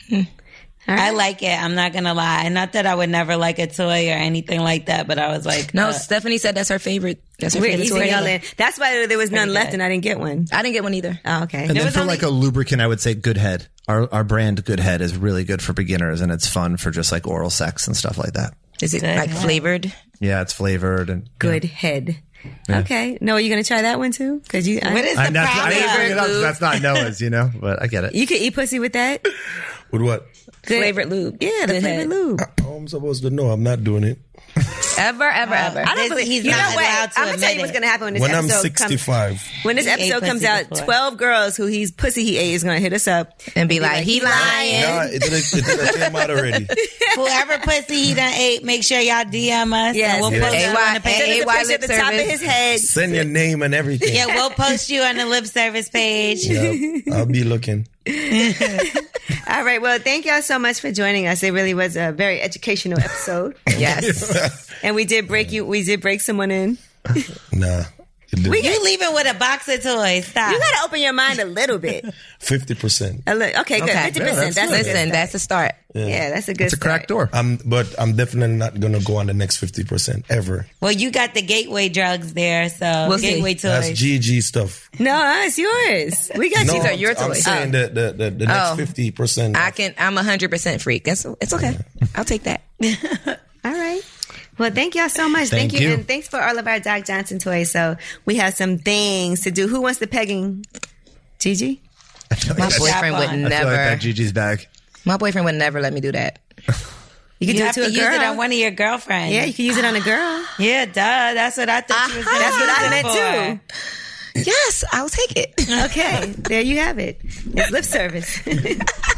C: I like it. I'm not gonna lie. And not that I would never like a toy or anything like that, but I was like,
F: no.
C: uh,
F: Stephanie said that's her favorite. That's her
G: We're
F: favorite.
G: easing
F: toy.
G: y'all in. That's why there was none
C: Pretty
G: left,
C: good.
G: and I didn't get one.
F: I didn't get one either.
G: Oh, okay.
D: And then
C: was
D: for
C: only-
D: like a lubricant, I would say Good Head. Our our brand Good Head is really good for beginners, and it's fun for just like oral sex and stuff like that.
F: Is it like flavored?
D: Yeah, it's flavored and
G: Good head. Okay. No, are you gonna try that one too? Because you, I-
C: what is the
D: I mean, that's, I
C: problem?
D: didn't bring it up. 'cause That's not Noah's, you know. But I get it.
G: you could eat pussy with that.
E: With what?
F: Flavored lube.
G: Yeah, the
F: Good
G: favorite
F: head.
G: lube.
E: How am I supposed to know? I'm not doing it.
F: Ever, ever, ever.
G: I don't
C: This-
G: believe
C: he's
G: you
C: not
G: know
C: allowed
G: what?
C: to
G: I'm gonna tell
C: admit
G: you what's
C: it.
G: gonna happen when this
E: When I'm
G: episode comes.
E: 65,
G: When this
C: He ate
G: episode comes
C: pussy
G: out,
C: before.
G: twelve girls who he's pussy he ate is gonna hit us up
F: And be like, he lying.
E: nah, it didn't, it didn't came out already.
C: Whoever pussy he done ate, make sure y'all DM us.
G: Yes.
C: and we'll
G: Yes.
C: post you on the
F: AY
C: page.
G: Send us a
F: AY
G: picture at the
F: lip
G: top of
F: service.
G: his head.
E: Send your name and everything.
C: Yeah, we'll post you on the lip service page.
E: Yep, I'll be looking.
G: All right. Well, thank y'all so much for joining us. It really was a very educational episode. yes. And we did break you. We did break someone in.
E: Nah, it didn't.
C: You leaving with a box of toys. Stop.
G: You gotta open your mind a little bit.
E: 50%.
G: A li- okay, good.
F: Okay.
G: Fifty
D: Yeah, that's good.
G: percent. That's, a good
F: Listen,
G: start.
F: that's a start.
G: yeah, that's a good.
D: It's a crack
G: start.
D: door.
E: I'm, but I'm definitely not going to go on the next 50% ever.
C: well, you got the gateway drugs there, so
F: We'll see.
C: gateway
E: That's
C: toys.
E: GG stuff.
G: No, uh, it's yours. We got
E: No,
G: you.
F: are your
E: I'm
F: toys.
E: saying that the, the, the
F: Oh.
E: next 50%.
F: I can. I'm a hundred percent freak. That's it's okay. I'll take that.
G: All right. Well, thank y'all so much. Thank,
D: Thank
G: you.
D: you.
G: and thanks for all of our Doc Johnson toys. So we have some things to do. Who wants the pegging? Gigi.
F: My
C: on. I
F: boyfriend would
C: feel
D: I feel like
F: never.
D: that Gigi's bag.
F: my boyfriend would never let me do that.
G: You can
C: You
G: do it
C: have
G: to
C: to
G: a
C: use
G: girl.
C: it on one of your girlfriends.
G: yeah, you can use it on a girl.
C: Yeah, duh. That's what I thought you was
G: Aha.
C: gonna
G: That's what I
C: use it
G: meant,
C: for.
F: Yes, I'll take it.
G: Okay, there you have it. It's lip service.